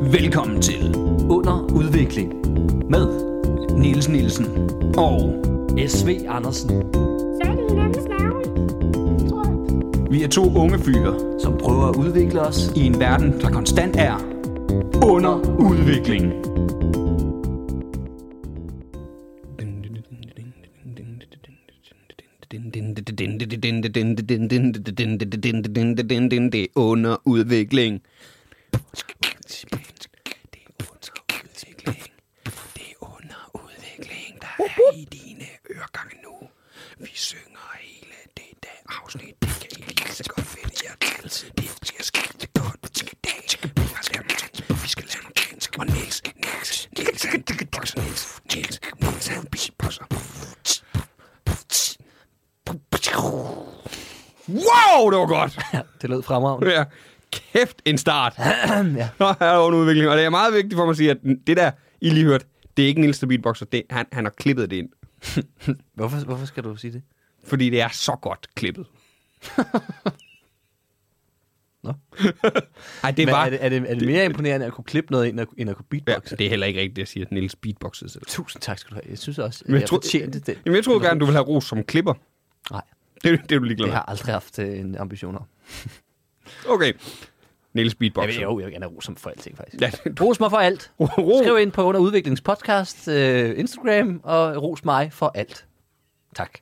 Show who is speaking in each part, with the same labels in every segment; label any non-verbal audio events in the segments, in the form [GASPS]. Speaker 1: Velkommen til Under Udvikling med Niels Nielsen og
Speaker 2: SV Andersen,
Speaker 3: Så er det hinandens navn. Tror jeg.
Speaker 1: vi er to unge fyre
Speaker 2: som prøver at udvikle os.
Speaker 1: i en verden, der konstant er under udvikling.
Speaker 4: Under udvikling. Det er under udvikling, der er i dine øregange nu. Vi synger hele det der afsnit. Det kan I lige så godt finde jer til. Det bliver skide godt i dag. Vi har lært nogle ting. Vi skal lære nogle ting. Og Niels, Niels, Niels, han beatboxer. Niels, Niels, Niels, han beatboxer. Wow, det var godt.
Speaker 2: Det lød fremragende.
Speaker 4: Ja. Kæft, en start.
Speaker 2: [CLEARS THROAT]
Speaker 4: ja. Og her er en udvikling. Og det er meget vigtigt for mig at sige, at det der, I lige hørte, det er ikke Niels, der beatboxer. Det, han, han har klippet det ind.
Speaker 2: Hvorfor, hvorfor skal du sige det?
Speaker 4: Fordi det er så godt klippet.
Speaker 2: [LAUGHS] Nå.
Speaker 4: Ej, det
Speaker 2: Men
Speaker 4: var...
Speaker 2: er, det, er, det, er det mere imponerende at kunne klippe noget, end at, end at kunne beatboxe?
Speaker 4: Ja, det er heller ikke rigtigt, at sige, at Niels beatboxede selv.
Speaker 2: Tusind tak skal du have. Jeg synes også, at
Speaker 4: Men
Speaker 2: jeg,
Speaker 4: jeg
Speaker 2: jeg
Speaker 4: tror-
Speaker 2: fortjente det.
Speaker 4: Jamen, jeg troede gerne, du ville have ros som klipper.
Speaker 2: Nej,
Speaker 4: Det, er- det er du ligeglad
Speaker 2: det har
Speaker 4: med.
Speaker 2: jeg aldrig haft øh, en ambition om.
Speaker 4: Okay. Niels
Speaker 2: Jeg vil,
Speaker 4: beatboxer.
Speaker 2: jo, jeg vil gerne have ros som for alting, faktisk.
Speaker 4: Ja,
Speaker 2: Ros mig for alt.
Speaker 4: Ro.
Speaker 2: Skriv ind på Under Udviklingspodcast, øh, Instagram, og ros mig for alt. Tak.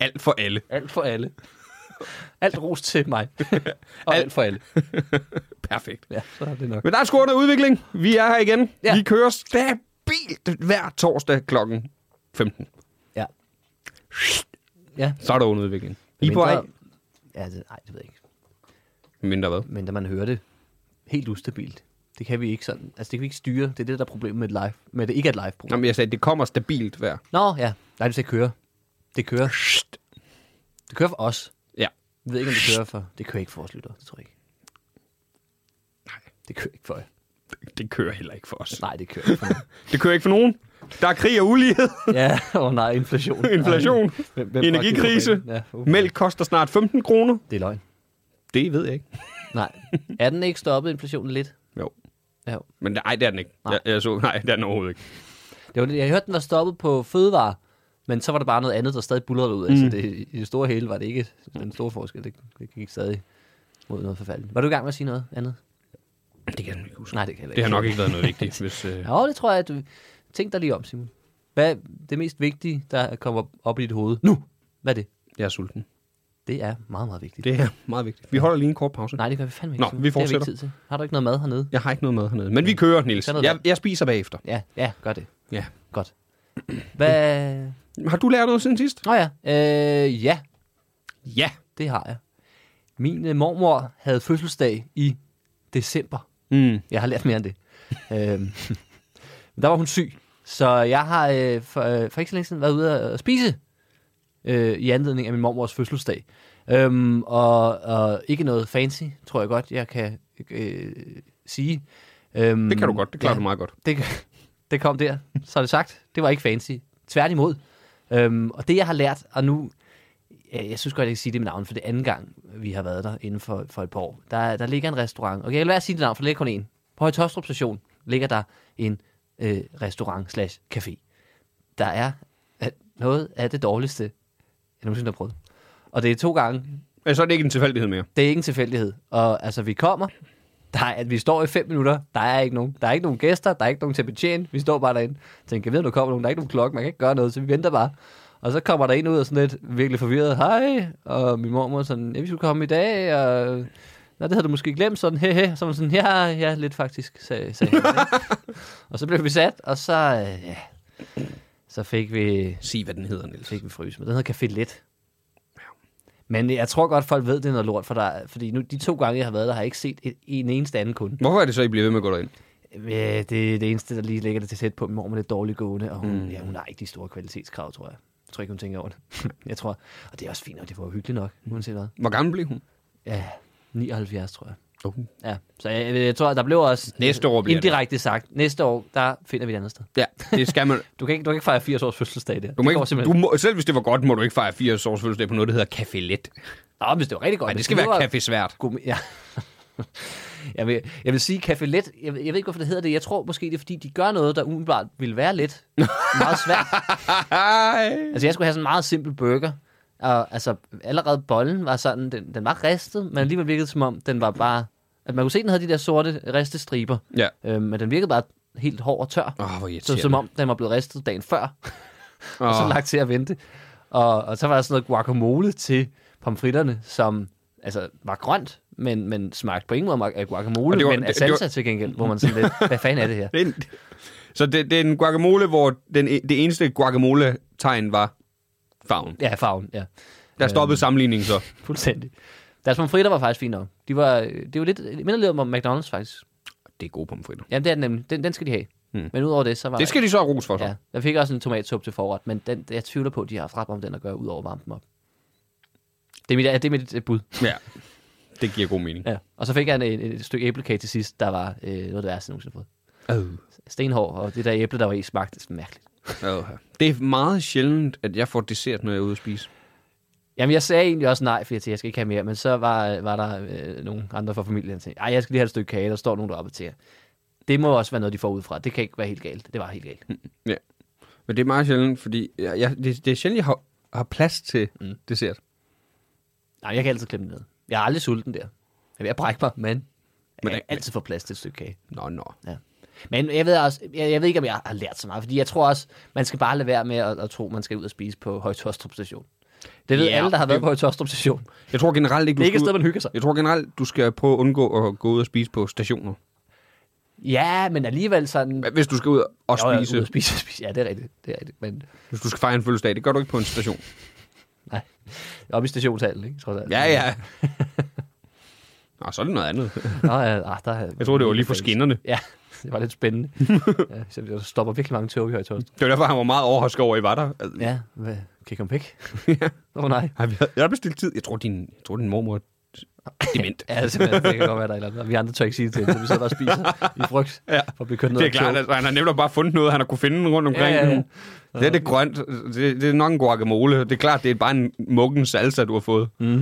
Speaker 4: alt for alle.
Speaker 2: Alt for alle. [LAUGHS] Alt ros
Speaker 4: [LAUGHS]
Speaker 2: til mig. Og alt for alle.
Speaker 4: Perfekt.
Speaker 2: Ja, så er det nok.
Speaker 4: Men der er sgu under udvikling. Vi er her igen.
Speaker 2: Ja.
Speaker 4: Ja. Vi kører stabilt hver torsdag klokken 15.
Speaker 2: Ja. Ja.
Speaker 4: Så er der under udvikling. I er på vej.
Speaker 2: Mindre- Ja, det, nej, det ved jeg ikke.
Speaker 4: Mindre hvad?
Speaker 2: Men da man hører det helt ustabilt. Det kan vi ikke sådan. Altså, det kan vi ikke styre. Det er det, der er problemet med et live. Med det ikke er et live program.
Speaker 4: Jamen, jeg sagde, det kommer stabilt hver.
Speaker 2: Nå, ja. Nej, det skal køre. Det kører. Det kører for os.
Speaker 4: Ja.
Speaker 2: Jeg ved ikke, om det kører for... Det kører ikke for vores lyttere, det tror jeg ikke. Nej. Det kører ikke for jer.
Speaker 4: Det kører heller ikke for os.
Speaker 2: Nej, det kører ikke for jer.
Speaker 4: Det kører ikke for nogen. Der er krig og [LAUGHS] ulighed,
Speaker 2: Ja, åh oh, nej, inflation.
Speaker 4: inflation,
Speaker 2: Ej, hvem- hvem
Speaker 4: energikrise.
Speaker 2: fucking- Ja, uh.
Speaker 4: Mælk koster snart 15 kroner.
Speaker 2: Det er løgn.
Speaker 4: Det ved jeg ikke.
Speaker 2: Nej. Er den ikke stoppet inflationen lidt?
Speaker 4: Jo.
Speaker 2: Ja.
Speaker 4: Men nej, det er den ikke.
Speaker 2: Nej.
Speaker 4: Jeg, jeg så, nej, det er den overhovedet ikke.
Speaker 2: Det var, det- jeg hørte, den var stoppet på fødevare, men så var der bare noget andet, der stadig bullerede ud. Mm. Altså, det, I det store hele var det ikke den store forskel. Det, det gik stadig mod noget forfærdeligt. Var du i gang med at sige noget andet?
Speaker 4: Det kan jeg ikke huske.
Speaker 2: Nej, det kan jeg ikke.
Speaker 4: Det har nok ikke været noget vigtigt, hvis... Øh...
Speaker 2: Ja, det tror jeg, at du... Tænk dig lige om, Simon. Hvad er det mest vigtige, der kommer op i dit hoved? Nu! Hvad er det?
Speaker 4: Jeg er sulten.
Speaker 2: Det er meget, meget vigtigt.
Speaker 4: Det er meget vigtigt. Vi holder lige en kort pause.
Speaker 2: Nej, det gør vi fandme ikke.
Speaker 4: Nå,
Speaker 2: Simon.
Speaker 4: vi
Speaker 2: Det har
Speaker 4: fortsætter.
Speaker 2: ikke tid til. Har du ikke noget mad hernede?
Speaker 4: Jeg har ikke noget mad hernede. Men vi kører, Nils.
Speaker 2: Tag noget
Speaker 4: Jeg,
Speaker 2: vand.
Speaker 4: jeg spiser bagefter.
Speaker 2: Ja, ja, gør det.
Speaker 4: Ja. [CLEARS THROAT]
Speaker 2: Godt. Hvad...
Speaker 4: Har du lært noget siden sidst?
Speaker 2: Nå ja, øh, ja,
Speaker 4: Ja.
Speaker 2: det har jeg. Min øh, mormor havde fødselsdag i december.
Speaker 4: Mm.
Speaker 2: Jeg har lært mere end det. øhm, [LAUGHS] men der var hun syg, så jeg har øh, for, øh, for ikke så længe siden været ude at, at spise øh, i anledning af min mormors fødselsdag. Øhm, og, og ikke noget fancy, tror jeg godt, jeg kan øh, sige. Øhm,
Speaker 4: Det kan du godt. Det klarer ja. du meget godt.
Speaker 2: det, [LAUGHS] det kom der, så er det sagt. Det var ikke fancy. Tværtimod. Øhm, og det, jeg har lært, og nu... Jeg, jeg synes godt, jeg kan sige det med navn, for det er anden gang, vi har været der inden for, for et par år. Der, der ligger en restaurant. Okay, jeg kan lade være at sige det navn, for der ligger kun en. På Højtostrup station ligger der en øh, restaurant slash café. Der er øh, noget af det dårligste, jeg nogensinde har prøvet. Og det er to gange
Speaker 4: Ja, Øh, så er det ikke en tilfældighed mere.
Speaker 2: det er ikke en tilfældighed. Og altså, vi kommer. Der er, at vi står i fem minutter. Der er ikke nogen. Der er ikke nogen gæster. Der er ikke nogen til at betjene. Vi står bare derinde. Tænker, jeg ved, om der kommer nogen. Der er ikke nogen klokke. Man kan ikke gøre noget, så vi venter bare. Og så kommer der en ud og sådan lidt virkelig forvirret. Hej. Og min mormor er sådan, ja, vi skulle komme i dag. Og... Nå, det havde du måske glemt. Sådan, he, he. Så var hun sådan, ja, ja, lidt faktisk, sagde, sagde han, ikke? Og så blev vi sat, og så, øh, ja, så fik vi
Speaker 4: Sig, hvad den hedder, Nils.
Speaker 2: fik vi fryse. Men den hedder Café Let. Men jeg tror godt, folk ved, det er noget lort, for der, fordi nu, de to gange, jeg har været der, har jeg ikke set et, en eneste anden kunde.
Speaker 4: Hvorfor er det så, I bliver ved med at gå derind?
Speaker 2: Øh, Det, det eneste, der lige ligger det til tæt på, min mor er lidt dårlig gående, og hun, mm. ja, hun har ikke de store kvalitetskrav, tror jeg. Jeg tror ikke, hun tænker over det. [LAUGHS] jeg tror, og det er også fint, og det var jo hyggeligt nok,
Speaker 4: Mm.
Speaker 2: uanset hvad.
Speaker 4: Hvor gammel blev hun?
Speaker 2: Ja, 79, tror jeg.
Speaker 4: Okay.
Speaker 2: Ja, så jeg, jeg tror, der blev også
Speaker 4: Næste år bliver det.
Speaker 2: indirekte sagt, næste år, der finder vi et andet sted.
Speaker 4: Ja, det skal man.
Speaker 2: Du kan ikke, du kan ikke fejre 80 års fødselsdag der.
Speaker 4: Du må
Speaker 2: [LAUGHS] det
Speaker 4: ikke,
Speaker 2: går
Speaker 4: du
Speaker 2: simpelthen.
Speaker 4: må, selv hvis det var godt, må du ikke fejre 80 års fødselsdag på noget, der hedder Café Let.
Speaker 2: Nå, hvis det var rigtig godt.
Speaker 4: Nej, det
Speaker 2: [LAUGHS] hvis
Speaker 4: skal
Speaker 2: nu
Speaker 4: være
Speaker 2: var-
Speaker 4: Café Svært.
Speaker 2: Gourmet, ja. Jeg vil, jeg vil sige Café Let. Jeg, ved- jeg ved ikke, hvorfor det hedder det. Jeg tror måske, det er, fordi de gør noget, der umiddelbart ville være let. meget svært.
Speaker 4: Ej.
Speaker 2: Altså, jeg skulle have sådan en meget simpel burger. Og altså, allerede bollen var sådan, den, den var ristet, men alligevel virkede det, som om, den var bare... At man kunne se, den havde de der sorte ristestriber.
Speaker 4: Ja.
Speaker 2: Øh, men den virkede bare helt hård og tør.
Speaker 4: Åh, hvor
Speaker 2: Så,
Speaker 4: irriterende.
Speaker 2: som om, den var blevet ristet dagen før. og så
Speaker 4: Åh.
Speaker 2: lagt til at vente. Og, og så var der sådan noget guacamole til pomfritterne, som altså, var grønt, men, men smagte på ingen måde af guacamole,
Speaker 4: Og det
Speaker 2: det
Speaker 4: var-
Speaker 2: var, men af
Speaker 4: det- det var-
Speaker 2: salsa til gengæld, hvor man sådan lidt, hvad fanden er det her?
Speaker 4: Det er en- Så det, det er en guacamole, hvor den, e- det eneste guacamole-tegn var farven.
Speaker 2: Ja, farven, ja.
Speaker 4: Der stoppede
Speaker 2: Øh.
Speaker 4: sammenligningen så.
Speaker 2: Fuldstændig. Deres pomfritter var faktisk fint nok. De var, det var lidt mindre lidt om McDonald's, faktisk.
Speaker 4: Det er gode pomfritter.
Speaker 2: Jamen, det er den nemlig. Den, den skal de have. Mm. Men udover det, så var
Speaker 4: Hmm. Det skal de så have ros for, så.
Speaker 2: Ja, jeg fik også en tomatsuppe til forret, men den, jeg tvivler på, at de har haft ret om den at gøre, udover at varme dem op. Det er mit, det er mit øh, bud.
Speaker 4: ja. Det giver god mening.
Speaker 2: Ja. Og så fik jeg en, en, et stykke æblekage til sidst, der var øh, noget af det værste, jeg nogensinde har
Speaker 4: Oh.
Speaker 2: fået. Stenhård, og det der æble, der var i, smagte mærkeligt.
Speaker 4: Oh. Det er meget sjældent, at jeg får dessert, når jeg er ude at spise.
Speaker 2: Jamen, jeg sagde egentlig også nej, fordi jeg tænkte, jeg skal ikke have mere, men så var, var der øh, nogle andre fra familien, der tænkte, ej, jeg skal lige have et stykke kage, der står nogen deroppe til jer. Det må også være noget, de får udefra. Det kan ikke være helt galt. Det var helt galt.
Speaker 4: Ja. Men det er meget sjældent, fordi jeg, jeg, det, det er sjældent, jeg har, har plads til mm. dessert.
Speaker 2: Nej, jeg kan altid klemme det ned. Jeg er aldrig sulten der. Jeg er ved at brække mig, men jeg
Speaker 4: Men
Speaker 2: kan
Speaker 4: det-
Speaker 2: altid få plads til et stykke kage.
Speaker 4: Nå, nå.
Speaker 2: Ja. Men jeg ved, også, jeg, jeg ved ikke, om jeg har lært så meget, fordi jeg tror også, man skal bare lade være med at, at tro, man skal ud og spise på Højtostrup station. Det ved
Speaker 4: Ja,
Speaker 2: yeah, alle, der har været
Speaker 4: det-
Speaker 2: på Højtostrup station. Det
Speaker 4: Jeg tror generelt ikke, du
Speaker 2: er ikke et
Speaker 4: skal
Speaker 2: sted,
Speaker 4: ud-
Speaker 2: man hygger sig.
Speaker 4: Jeg tror generelt, du skal prøve at undgå at gå ud og spise på stationer.
Speaker 2: Ja, men alligevel sådan...
Speaker 4: Hva- Hvis du skal ud og
Speaker 2: Jo, jo,
Speaker 4: spise,
Speaker 2: ud og spise, [LAUGHS] spise. Ja, det er rigtigt. Det er rigtigt. Men
Speaker 4: hvis du skal fejre en fødselsdag, det gør du ikke på en station.
Speaker 2: nej, oppe i stationshallen, ikke? Trods alt.
Speaker 4: Ja, ja. Nå, så er det noget andet.
Speaker 2: Nå, ja, ah, der, er-
Speaker 4: Jeg tror, det var lige for skinnerne.
Speaker 2: Ja, [LAUGHS] det var lidt
Speaker 4: [LAUGHS]
Speaker 2: spændende. ja, så der stopper virkelig mange tog i Højtostrup.
Speaker 4: Det var derfor, han var meget overrasket over, at I var der. Altså,
Speaker 2: Ja, hvad? Kan I komme væk? [LAUGHS] Åh oh, nej.
Speaker 4: Har vi jeg har bestilt tid? Jeg tror, din, jeg tror, din mormor er dement.
Speaker 2: Ja, altså, det kan godt være, der er et eller andet. Og vi andre tør ikke sige det til hende, så vi sidder bare og spiser i frygt
Speaker 4: [LAUGHS] Ja,
Speaker 2: for at blive kørt ned
Speaker 4: Det er
Speaker 2: af et tog.
Speaker 4: klart, altså, han har nemlig bare fundet noget, han har kunne finde rundt omkring.
Speaker 2: Ja, ja,
Speaker 4: Det er det grønt. Det, det er nok en guacamole. Det er klart, det er bare en muggen salsa, du har fået.
Speaker 2: Ja. [LAUGHS]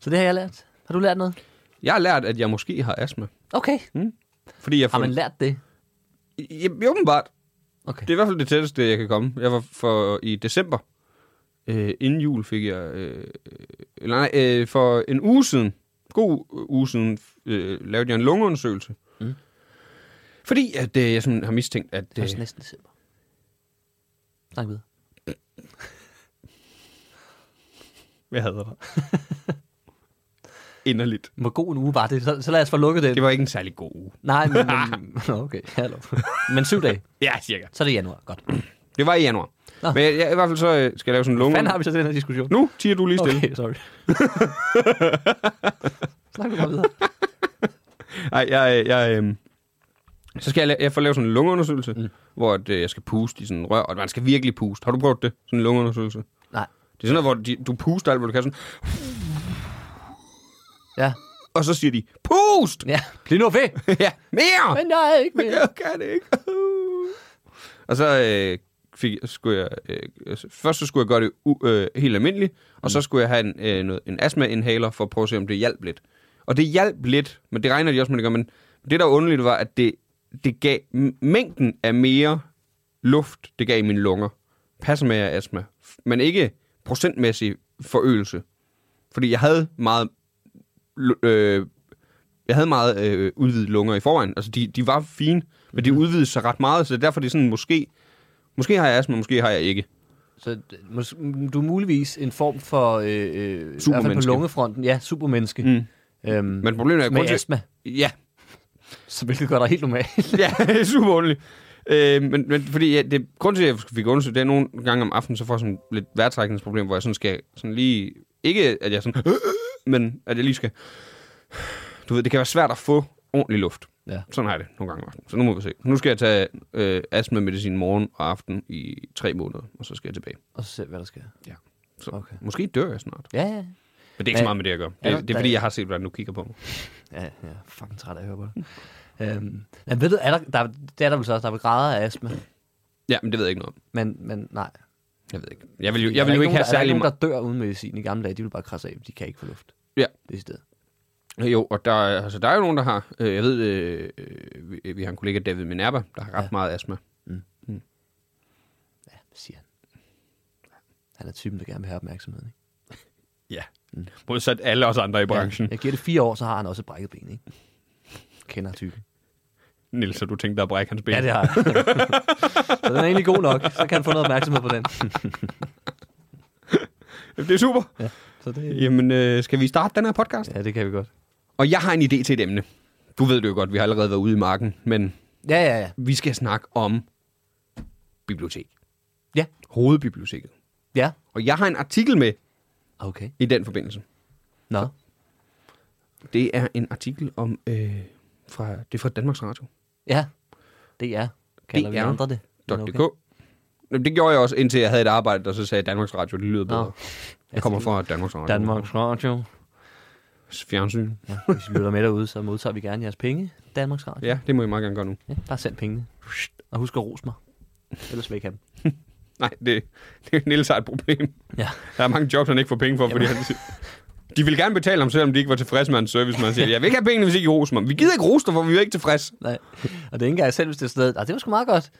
Speaker 2: så det har jeg lært. Har du lært noget?
Speaker 4: Jeg har lært, at jeg måske har astma.
Speaker 2: Okay.
Speaker 4: Fordi jeg
Speaker 2: Har man
Speaker 4: lært?
Speaker 2: lært det?
Speaker 4: Ja, åbenbart.
Speaker 2: Okay.
Speaker 4: Det er i hvert fald det tætteste, jeg kan komme. Jeg var for i december. Øh, inden jul fik jeg... Øh, eller nej, øh, for en uge siden, god uge siden, øh, lavede jeg en lungeundersøgelse. Mm. Fordi at, øh, jeg sådan har mistænkt, at... øh,
Speaker 2: Det er næsten december. Snak videre.
Speaker 4: jeg hader dig. Inderligt.
Speaker 2: Hvor god en uge var det? Så, så lad os få lukket det.
Speaker 4: Det var Ah. ikke en særlig god uge.
Speaker 2: Nej, men...
Speaker 4: [LAUGHS]
Speaker 2: men Nå, okay, hallo. Men syv dage,
Speaker 4: Ja, cirka.
Speaker 2: så er det januar. Godt.
Speaker 4: Det var i januar.
Speaker 2: Nå.
Speaker 4: Men jeg, jeg, i hvert fald så øh, skal jeg lave sådan en lunge...
Speaker 2: Fanden har vi så den her diskussion?
Speaker 4: Nu tiger du lige stille.
Speaker 2: Okay,
Speaker 4: [LAUGHS]
Speaker 2: sorry. Snak du bare
Speaker 4: [LAUGHS]
Speaker 2: videre.
Speaker 4: Nej, jeg, jeg, øh, så skal jeg, la- jeg får lavet sådan en lungeundersøgelse, mm. hvor at, øh, jeg skal puste i sådan en rør, og man skal virkelig puste. Har du prøvet det? Sådan en lungeundersøgelse? Det
Speaker 2: Nej.
Speaker 4: er sådan noget, hvor de, du puster alt, hvor du kan sådan,
Speaker 2: Ja.
Speaker 4: og så siger de, pust!
Speaker 2: Ja. Bliv
Speaker 4: [LAUGHS]
Speaker 2: nu ved.
Speaker 4: ja, mere!
Speaker 2: Men der er ikke mere.
Speaker 4: Jeg kan det ikke. [LAUGHS] og så øh, fik, skulle jeg, øh, først så skulle jeg gøre det u, øh, helt almindeligt, og
Speaker 2: Mm.
Speaker 4: så skulle jeg have en, øh, noget, en astma-inhaler for at prøve at se, om det hjalp lidt. Og det hjalp lidt, men det regner de også med, det gør, men det der var underligt var, at det, det gav m- mængden af mere luft, det gav i mine lunger. Passer med af astma, F- men ikke procentmæssig forøgelse. Fordi jeg havde meget lu- øh, jeg havde meget øh, udvidet lunger i forvejen. Altså, de, de var fine, men
Speaker 2: Mhm.
Speaker 4: de udvidede sig ret meget, så derfor er det sådan, måske, måske har jeg astma, måske har jeg ikke.
Speaker 2: Så d- mås- du er muligvis en form for... Øh, øh, I hvert fald på
Speaker 4: Supermenneske.
Speaker 2: lungefronten. Ja, supermenneske. Mm. Øhm,
Speaker 4: Men problemet er...
Speaker 2: med
Speaker 4: grund til-
Speaker 2: astma.
Speaker 4: Ja, [LAUGHS]
Speaker 2: Så hvilket gør dig helt normalt.
Speaker 4: ja [LAUGHS] super ordentligt. Øh, men, men fordi ja, det, grund til, at jeg fik undersøgt, det er nogle gange om aftenen, så får jeg sådan lidt vejrtrækningsproblem, hvor jeg sådan skal sådan lige... Ikke, at jeg sådan... [GASPS] Men at jeg lige skal... [SIGHS] Du ved, det kan være svært at få ordentlig luft.
Speaker 2: ja.
Speaker 4: Sådan har jeg det nogle gange om aftenen. Så nu må vi se. Nu skal jeg tage øh, astma-medicin morgen og aften i tre måneder, og så skal jeg tilbage.
Speaker 2: [LAUGHS] Og så se, hvad der sker.
Speaker 4: Ja. Så
Speaker 2: Okay.
Speaker 4: okay. måske dør jeg snart.
Speaker 2: Ja, ja.
Speaker 4: Men det er ikke
Speaker 2: Men-
Speaker 4: så meget med det, jeg gør. Det,
Speaker 2: Er der-
Speaker 4: det, er fordi, jeg har set, hvordan du kigger på mig.
Speaker 2: Ja, ja. Jeg er fucking træt af at høre på det. øhm, men ved du, er der, der, det er der vel så også, der er vel grader af astma.
Speaker 4: Ja, men det ved jeg ikke noget om.
Speaker 2: Men, men nej.
Speaker 4: Jeg ved ikke. Jeg vil jo,
Speaker 2: Er
Speaker 4: jeg
Speaker 2: der
Speaker 4: vil jo ikke have
Speaker 2: nogen, der, er der
Speaker 4: særlig
Speaker 2: ikke
Speaker 4: meget.
Speaker 2: nogen, der dør uden medicin i gamle dage. De vil bare krasse af, de kan ikke få luft.
Speaker 4: Ja.
Speaker 2: Det er stedet.
Speaker 4: Jo, og der, er- altså, der er jo nogen, der har. Øh, jeg ved, øh, øh, vi, vi har en kollega, David Minerva, der har ret ja. meget astma.
Speaker 2: Ja, siger han. Han er typen, der gerne vil have opmærksomhed. Ikke?
Speaker 4: Ja. Mm. Modsat alle os andre i branchen.
Speaker 2: Ja, jeg giver det fire år, så har han også et brækket ben, ikke? Kender typen.
Speaker 4: Ja. Niels, har du tænkt dig at brække hans ben?
Speaker 2: Ja, det har jeg. så den er egentlig god nok. Så kan han få noget opmærksomhed på den.
Speaker 4: det er super. Ja.
Speaker 2: Så det,
Speaker 4: Jamen, øh, skal vi starte den her podcast? Ja.
Speaker 2: ja, det kan vi godt.
Speaker 4: Og jeg har en idé til et emne. Du ved det jo godt, vi har allerede været ude i marken, men
Speaker 2: Ja, ja, ja.
Speaker 4: vi skal snakke om bibliotek.
Speaker 2: Ja,
Speaker 4: Hovedbiblioteket.
Speaker 2: ja.
Speaker 4: Og jeg har en artikel med
Speaker 2: Okay.
Speaker 4: i den forbindelse.
Speaker 2: Nå.
Speaker 4: Det er en artikel om øh, fra, det er fra Danmarks Radio.
Speaker 2: Ja. Det er. Kalder vi
Speaker 4: DR.
Speaker 2: andre det? Men
Speaker 4: .dk. Jamen, Det gjorde jeg også, indtil jeg havde et arbejde, der så sagde Danmarks Radio, det lyder bedre.
Speaker 2: Nå. Altså,
Speaker 4: Jeg kommer fra Danmarks Radio.
Speaker 2: Danmarks Radio.
Speaker 4: Fjernsyn.
Speaker 2: Ja, hvis I lytter med derude, så modtager vi gerne jeres penge. Danmarks Radio.
Speaker 4: Ja, det må I meget gerne gøre nu.
Speaker 2: Ja, bare send pengene. Og husk at rose mig. Ellers vil jeg ikke have dem.
Speaker 4: Nej, det, det er Niels har et problem.
Speaker 2: Ja.
Speaker 4: Der er mange jobs, han ikke får penge for, fordi han siger, de vil gerne betale ham, selvom de ikke var tilfredse med hans service. Men han siger, jeg vil ikke have pengene, hvis ikke I roser mig. Vi gider ikke rose dig, for vi er ikke tilfredse.
Speaker 2: Nej. Og det er ikke engang selv, hvis det er sådan noget. "Ah, det var sgu meget godt.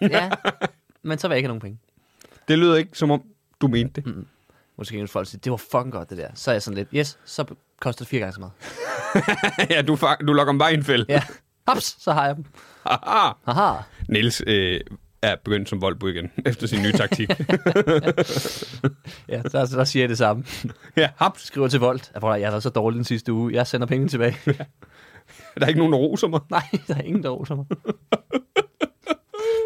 Speaker 2: Ja. Men så vil jeg ikke have nogen penge.
Speaker 4: Det lyder ikke, som om du mente det. Mm.
Speaker 2: Måske kan folk sige, det var fucking godt det der. Så er jeg sådan lidt, yes, så koster det fire gange så meget.
Speaker 4: [LAUGHS] ja, du, fa- du lokker mig bare i en fælde.
Speaker 2: Ja. Hops, så har jeg dem.
Speaker 4: Aha.
Speaker 2: Haha.
Speaker 4: Niels øh, er begyndt som voldbo igen, [LAUGHS] efter sin nye taktik.
Speaker 2: Ja, der, der siger jeg det samme.
Speaker 4: ja, haps.
Speaker 2: Skriver til Volt, at "Prøv at høre, jeg er så dårlig den sidste uge. Jeg sender pengene tilbage.
Speaker 4: Der er ikke nogen, der roser mig.
Speaker 2: [LAUGHS] Nej, der er ingen, der roser mig.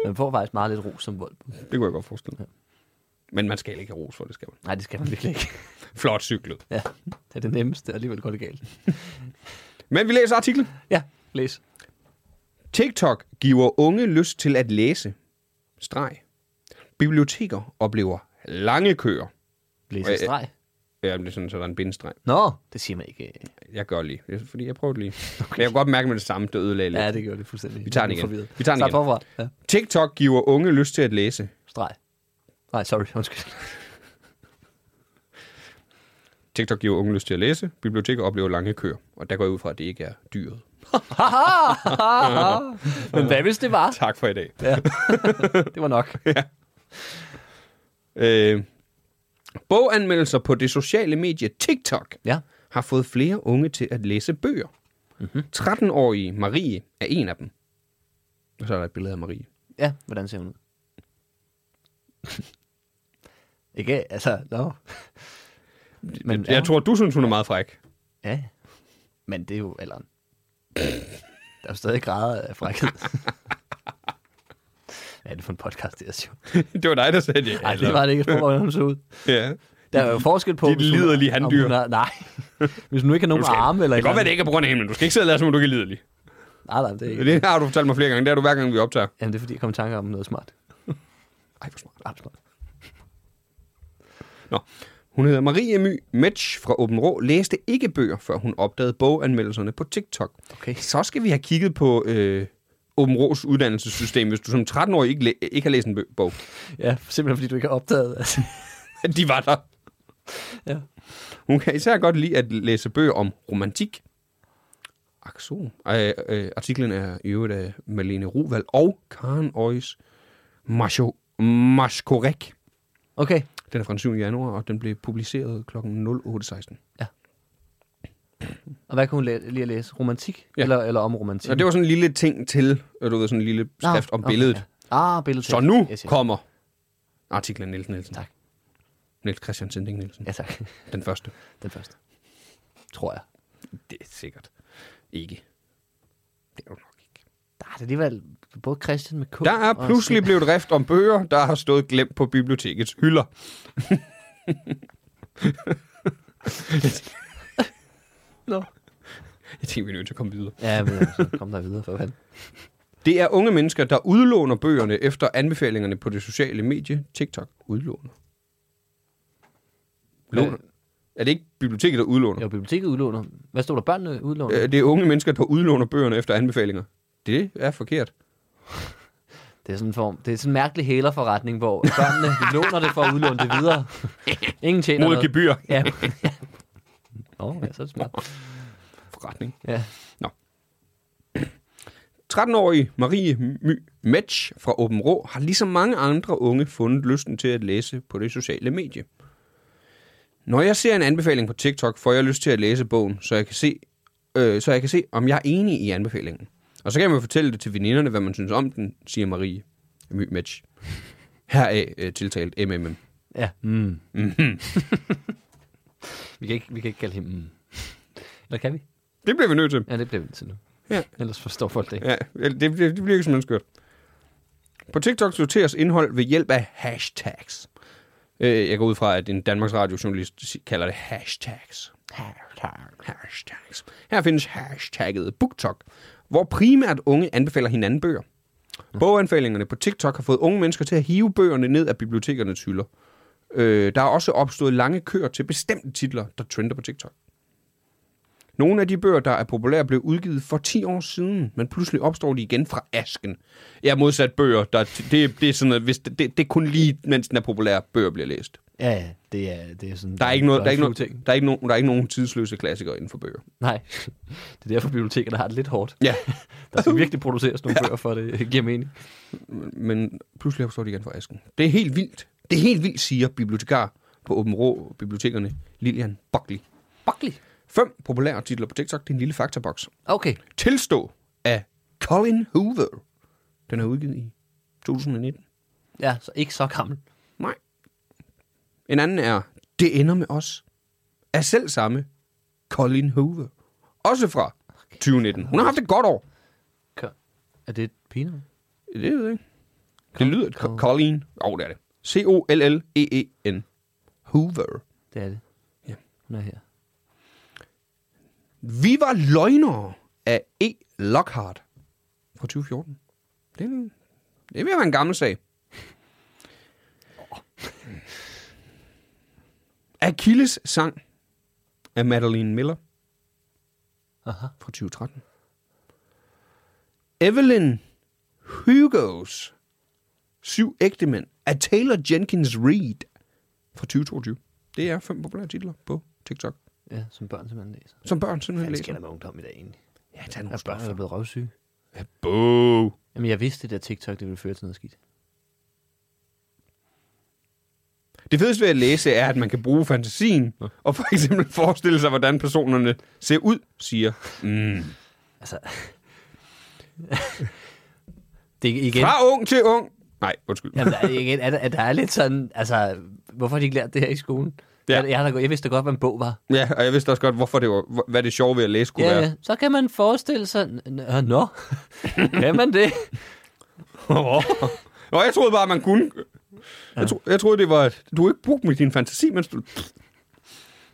Speaker 2: Man får faktisk meget lidt ros som Volt.
Speaker 4: Det kunne jeg godt forestille mig. Men man skal ikke have ros for det, skal man.
Speaker 2: Nej, det skal man virkelig ikke.
Speaker 4: Flot cyklet.
Speaker 2: Ja, det er det nemmeste, og alligevel går det galt.
Speaker 4: Men vi læser artiklen.
Speaker 2: Ja, læs.
Speaker 4: TikTok giver unge lyst til at læse. Streg. Biblioteker oplever lange køer.
Speaker 2: Læs
Speaker 4: Øh,
Speaker 2: en streg.
Speaker 4: Ja, det er sådan, så der er en bindestreg.
Speaker 2: Nå, det siger man ikke. øh.
Speaker 4: Jeg gør lige, Det er, fordi jeg prøvede lige. Okay. Jeg kan godt mærke med det samme, det ødelagde lidt.
Speaker 2: Ja,
Speaker 4: Ja.
Speaker 2: det gjorde det fuldstændig.
Speaker 4: Vi tager den
Speaker 2: Jeg er
Speaker 4: igen.
Speaker 2: forvirret.
Speaker 4: Vi tager den
Speaker 2: Start
Speaker 4: igen.
Speaker 2: forfra. Ja.
Speaker 4: TikTok giver unge lyst til at læse.
Speaker 2: Streg. Nej, sorry, undskyld.
Speaker 4: TikTok giver unge lyst til at læse. Biblioteker oplever lange køer. Og der går jeg ud fra, at det ikke er dyret.
Speaker 2: [LAUGHS] Men hvad hvis det var?
Speaker 4: Tak for i dag.
Speaker 2: Ja. det var nok.
Speaker 4: Øh, boganmeldelser på det sociale medie TikTok
Speaker 2: Ja.
Speaker 4: har fået flere unge til at læse bøger.
Speaker 2: Mhm.
Speaker 4: Mm-hmm. 13-årige Marie er en af dem. Og så er der et billede af Marie.
Speaker 2: Ja, hvordan ser hun ud? [LAUGHS] ikke, altså, no. Men
Speaker 4: Jeg tror, du synes, hun er meget fræk. [LAUGHS]
Speaker 2: Ja, men det er jo alderen. Der er jo stadig grader af [LAUGHS] frækhed. Hvad er det for en podcast, det er sjovt?
Speaker 4: det var dig, der sagde det.
Speaker 2: Nej, det var det ikke. Jeg spurgte, hvordan hun så ud.
Speaker 4: Ja.
Speaker 2: Der er jo forskel på...
Speaker 4: Dit
Speaker 2: hvis hun-
Speaker 4: liderlige
Speaker 2: om
Speaker 4: handdyr.
Speaker 2: hun har- Nej. Hvis nu ikke har nogen arme eller...
Speaker 4: det kan godt være, det
Speaker 2: det
Speaker 4: ikke er på grund af himlen. men Du skal ikke sidde og lade, som om du ikke er lidelig.
Speaker 2: Nej, nej, det er ikke.
Speaker 4: Det har du fortalt mig flere gange. Det er du hver gang, vi optager.
Speaker 2: Jamen, det er fordi, jeg kom i tanke om noget smart.
Speaker 4: Ej, hvor smart.
Speaker 2: Ret smart.
Speaker 4: Nå. Hun hedder Marie My Metsch fra Åben Rå, læste ikke bøger, før hun opdagede boganmeldelserne på TikTok.
Speaker 2: Okay.
Speaker 4: Så skal vi have kigget på øh, Åben Rås uddannelsessystem, hvis du som 13-årig ikke, læ- ikke har læst en bø- bog. [LAUGHS]
Speaker 2: Ja, simpelthen fordi du ikke har opdaget. Altså.
Speaker 4: De var der.
Speaker 2: Ja.
Speaker 4: Hun kan især godt lide at læse bøger om romantik. Aktion. Øh, øh, artiklen er i øvrigt af Malene Rovald og Karen Øjs Maskorek.
Speaker 2: Okay.
Speaker 4: Den er fra den 7. januar, og den blev publiceret kl. 08.16.
Speaker 2: Og hvad kunne hun læ- lide at læse? Romantik?
Speaker 4: Ja.
Speaker 2: Ja. Eller, eller om romantik?
Speaker 4: Og det var sådan en lille ting til, øh, du ved, sådan en lille
Speaker 2: Nå,
Speaker 4: skrift om
Speaker 2: okay,
Speaker 4: billedet.
Speaker 2: ja. Ah, billedet.
Speaker 4: Så nu
Speaker 2: yes, yes.
Speaker 4: kommer artiklen Nielsen Nielsen.
Speaker 2: Tak.
Speaker 4: Niels Christian Sinding Nielsen.
Speaker 2: Ja, tak. [LAUGHS]
Speaker 4: Den første.
Speaker 2: Den første. Tror jeg.
Speaker 4: Det er sikkert ikke. Det er du nok ikke.
Speaker 2: Der er det alligevel både Christian med K.
Speaker 4: Der er
Speaker 2: og-
Speaker 4: pludselig blevet rift om bøger, der har stået glemt på bibliotekets hylder.
Speaker 2: Nå.
Speaker 4: Jeg tænker, vi er nødt til at komme videre.
Speaker 2: Ja, men altså, kom der videre for fanden.
Speaker 4: Det er unge mennesker, der udlåner bøgerne efter anbefalingerne på det sociale medie TikTok. Udlåner. Låner. Er det ikke biblioteket, der udlåner?
Speaker 2: Jo, biblioteket udlåner. Hvad stod der? Børnene udlåner? Øh.
Speaker 4: Øh, Det er unge mennesker, der udlåner bøgerne efter anbefalinger. Det er forkert.
Speaker 2: Det er sådan en form. Det er sådan en mærkelig hælerforretning, hvor børnene [LAUGHS] de låner det for at udlåne det videre. Ingen tjener
Speaker 4: Mod
Speaker 2: [LAUGHS] noget.
Speaker 4: gebyr.
Speaker 2: Ja. Nå, ja, så er det smart.
Speaker 4: retning.
Speaker 2: Ja.
Speaker 4: Nå. 13-årige Marie My Metsch fra Åben Rå har ligesom mange andre unge fundet lysten til at læse på det sociale medie. Når jeg ser en anbefaling på TikTok, får jeg lyst til at læse bogen, så jeg kan se, øh, så jeg kan se om jeg er enig i anbefalingen. Og så kan man fortælle det til veninderne, hvad man synes om den, siger Marie My Metsch. Heraf øh, tiltalt MMM.
Speaker 2: Ja. Mm.
Speaker 4: Mm-hmm.
Speaker 2: [LAUGHS] vi, kan ikke, vi kan ikke kalde hende. Mm. Eller kan vi?
Speaker 4: Det bliver vi nødt til.
Speaker 2: Ja, det bliver vi til nu.
Speaker 4: Ja.
Speaker 2: Ellers forstår folk det ikke.
Speaker 4: Ja, det, det, det bliver ikke simpelthen skørt. På TikTok sorteres indhold ved hjælp af hashtags. Øh, Jeg går ud fra, at en Danmarks Radio-journalist si- kalder det hashtags. Hashtags. Her findes hashtagget BookTok, hvor primært unge anbefaler hinanden bøger. Boganbefalingerne på TikTok har fået unge mennesker til at hive bøgerne ned af bibliotekernes hylder. Øh, der er også opstået lange køer til bestemte titler, der trender på TikTok. Nogle af de bøger, der er populære, blev udgivet for 10 år siden, men pludselig opstår de igen fra asken. Ja, modsat bøger, der, det, det er sådan noget, hvis det, det, det er kun lige, mens den er populær, bøger bliver læst.
Speaker 2: Ja, ja, det er, det er sådan...
Speaker 4: Der er ikke, noget, der er ikke,
Speaker 2: sju
Speaker 4: noget, der er ikke, nogen, der er ikke nogen tidsløse klassikere inden for bøger.
Speaker 2: Nej, [LAUGHS] det er derfor bibliotekerne har det lidt hårdt.
Speaker 4: Ja,
Speaker 2: Der skal virkelig produceres nogle bøger, for at det giver mening.
Speaker 4: men pludselig opstår de igen fra asken. Det er helt vildt. Det er helt vildt, siger bibliotekar på Åben Rå Bibliotekerne, Lilian Buckley.
Speaker 2: Buckley.
Speaker 4: Fem populære titler på TikTok, det er en lille faktaboks.
Speaker 2: Okay.
Speaker 4: Tilstå af Colin Hoover. Den er udgivet i 2019.
Speaker 2: Ja, så ikke så gammel.
Speaker 4: Nej. En anden er, det ender med os. Er selv samme Colin Hoover. Også fra 2019. Hun har haft et godt år.
Speaker 2: Kør. Er det et pinere?
Speaker 4: Det ved jeg ikke. Det lyder
Speaker 2: Col-
Speaker 4: Colin. Åh, oh, det er det. C-O-L-L-E-E-N. E Hoover.
Speaker 2: Det er det.
Speaker 4: Ja.
Speaker 2: Hun er her.
Speaker 4: Vi var løgnere af E. Lockhart fra 2014. Det, er en- det vil være en gammel [LAUGHS] sag. Achilles sang af Madeline Miller
Speaker 2: Aha.
Speaker 4: fra 2013. Evelyn Hugos Syv ægte mænd af Taylor Jenkins Reid fra 2022. Det er fem populære titler på TikTok.
Speaker 2: Ja, som børn simpelthen læser.
Speaker 4: Som børn simpelthen
Speaker 2: Hvad
Speaker 4: læser.
Speaker 2: sker der med ungdom i dag egentlig?
Speaker 4: Ja, tag nogle
Speaker 2: Er børn er der blevet røvsyge?
Speaker 4: Boo.
Speaker 2: Jamen, jeg vidste, det der TikTok, det ville føre til noget skidt.
Speaker 4: Det fedeste ved at læse er, at man kan bruge fantasien og for eksempel forestille sig, hvordan personerne ser ud, siger. Mm.
Speaker 2: Altså... [LAUGHS] det er igen...
Speaker 4: Fra ung til ung. Nej, undskyld.
Speaker 2: Jamen, der er, igen, er, der, er der er lidt sådan, altså, hvorfor har de ikke lært det her i skolen?
Speaker 4: Ja.
Speaker 2: Ja. Jeg, jeg, har da- jeg vidste da godt, hvad en bog var.
Speaker 4: Ja, og jeg vidste også godt, hvorfor det var, hvor- hvad det sjove ved at læse kunne
Speaker 2: Ja,
Speaker 4: være.
Speaker 2: ja, så kan man forestille sig, n- n- nå, kan man det?
Speaker 4: Nå, jeg troede bare, man kunne. Jeg, tro, jeg troede, det var... Du har ikke brugt med din fantasi, mens du...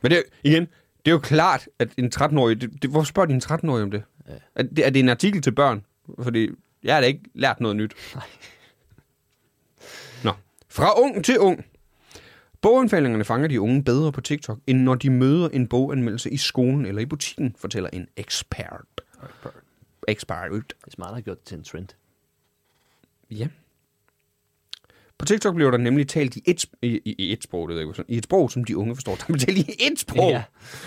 Speaker 4: Men det, er- igen, det er jo klart, at en 13-årig... Det, det, hvor spørger din 13-årige om det? Ja. Er, det? er det en artikel til børn? Fordi jeg har da ikke lært noget nyt. Nej. Nå. Fra ung til ung. Boganbefalingerne fanger de unge bedre på TikTok, end når de møder en boganmeldelse i skolen eller i butikken, fortæller en ekspert. Ekspert.
Speaker 2: Det er smart at have gjort det til en trend.
Speaker 4: Ja. På TikTok bliver der nemlig talt i et, i, i- i et sprog, det ved jeg ikke, sådan- i et sprog, som de unge forstår. Der bliver talt i et sprog, ja.
Speaker 2: Ja.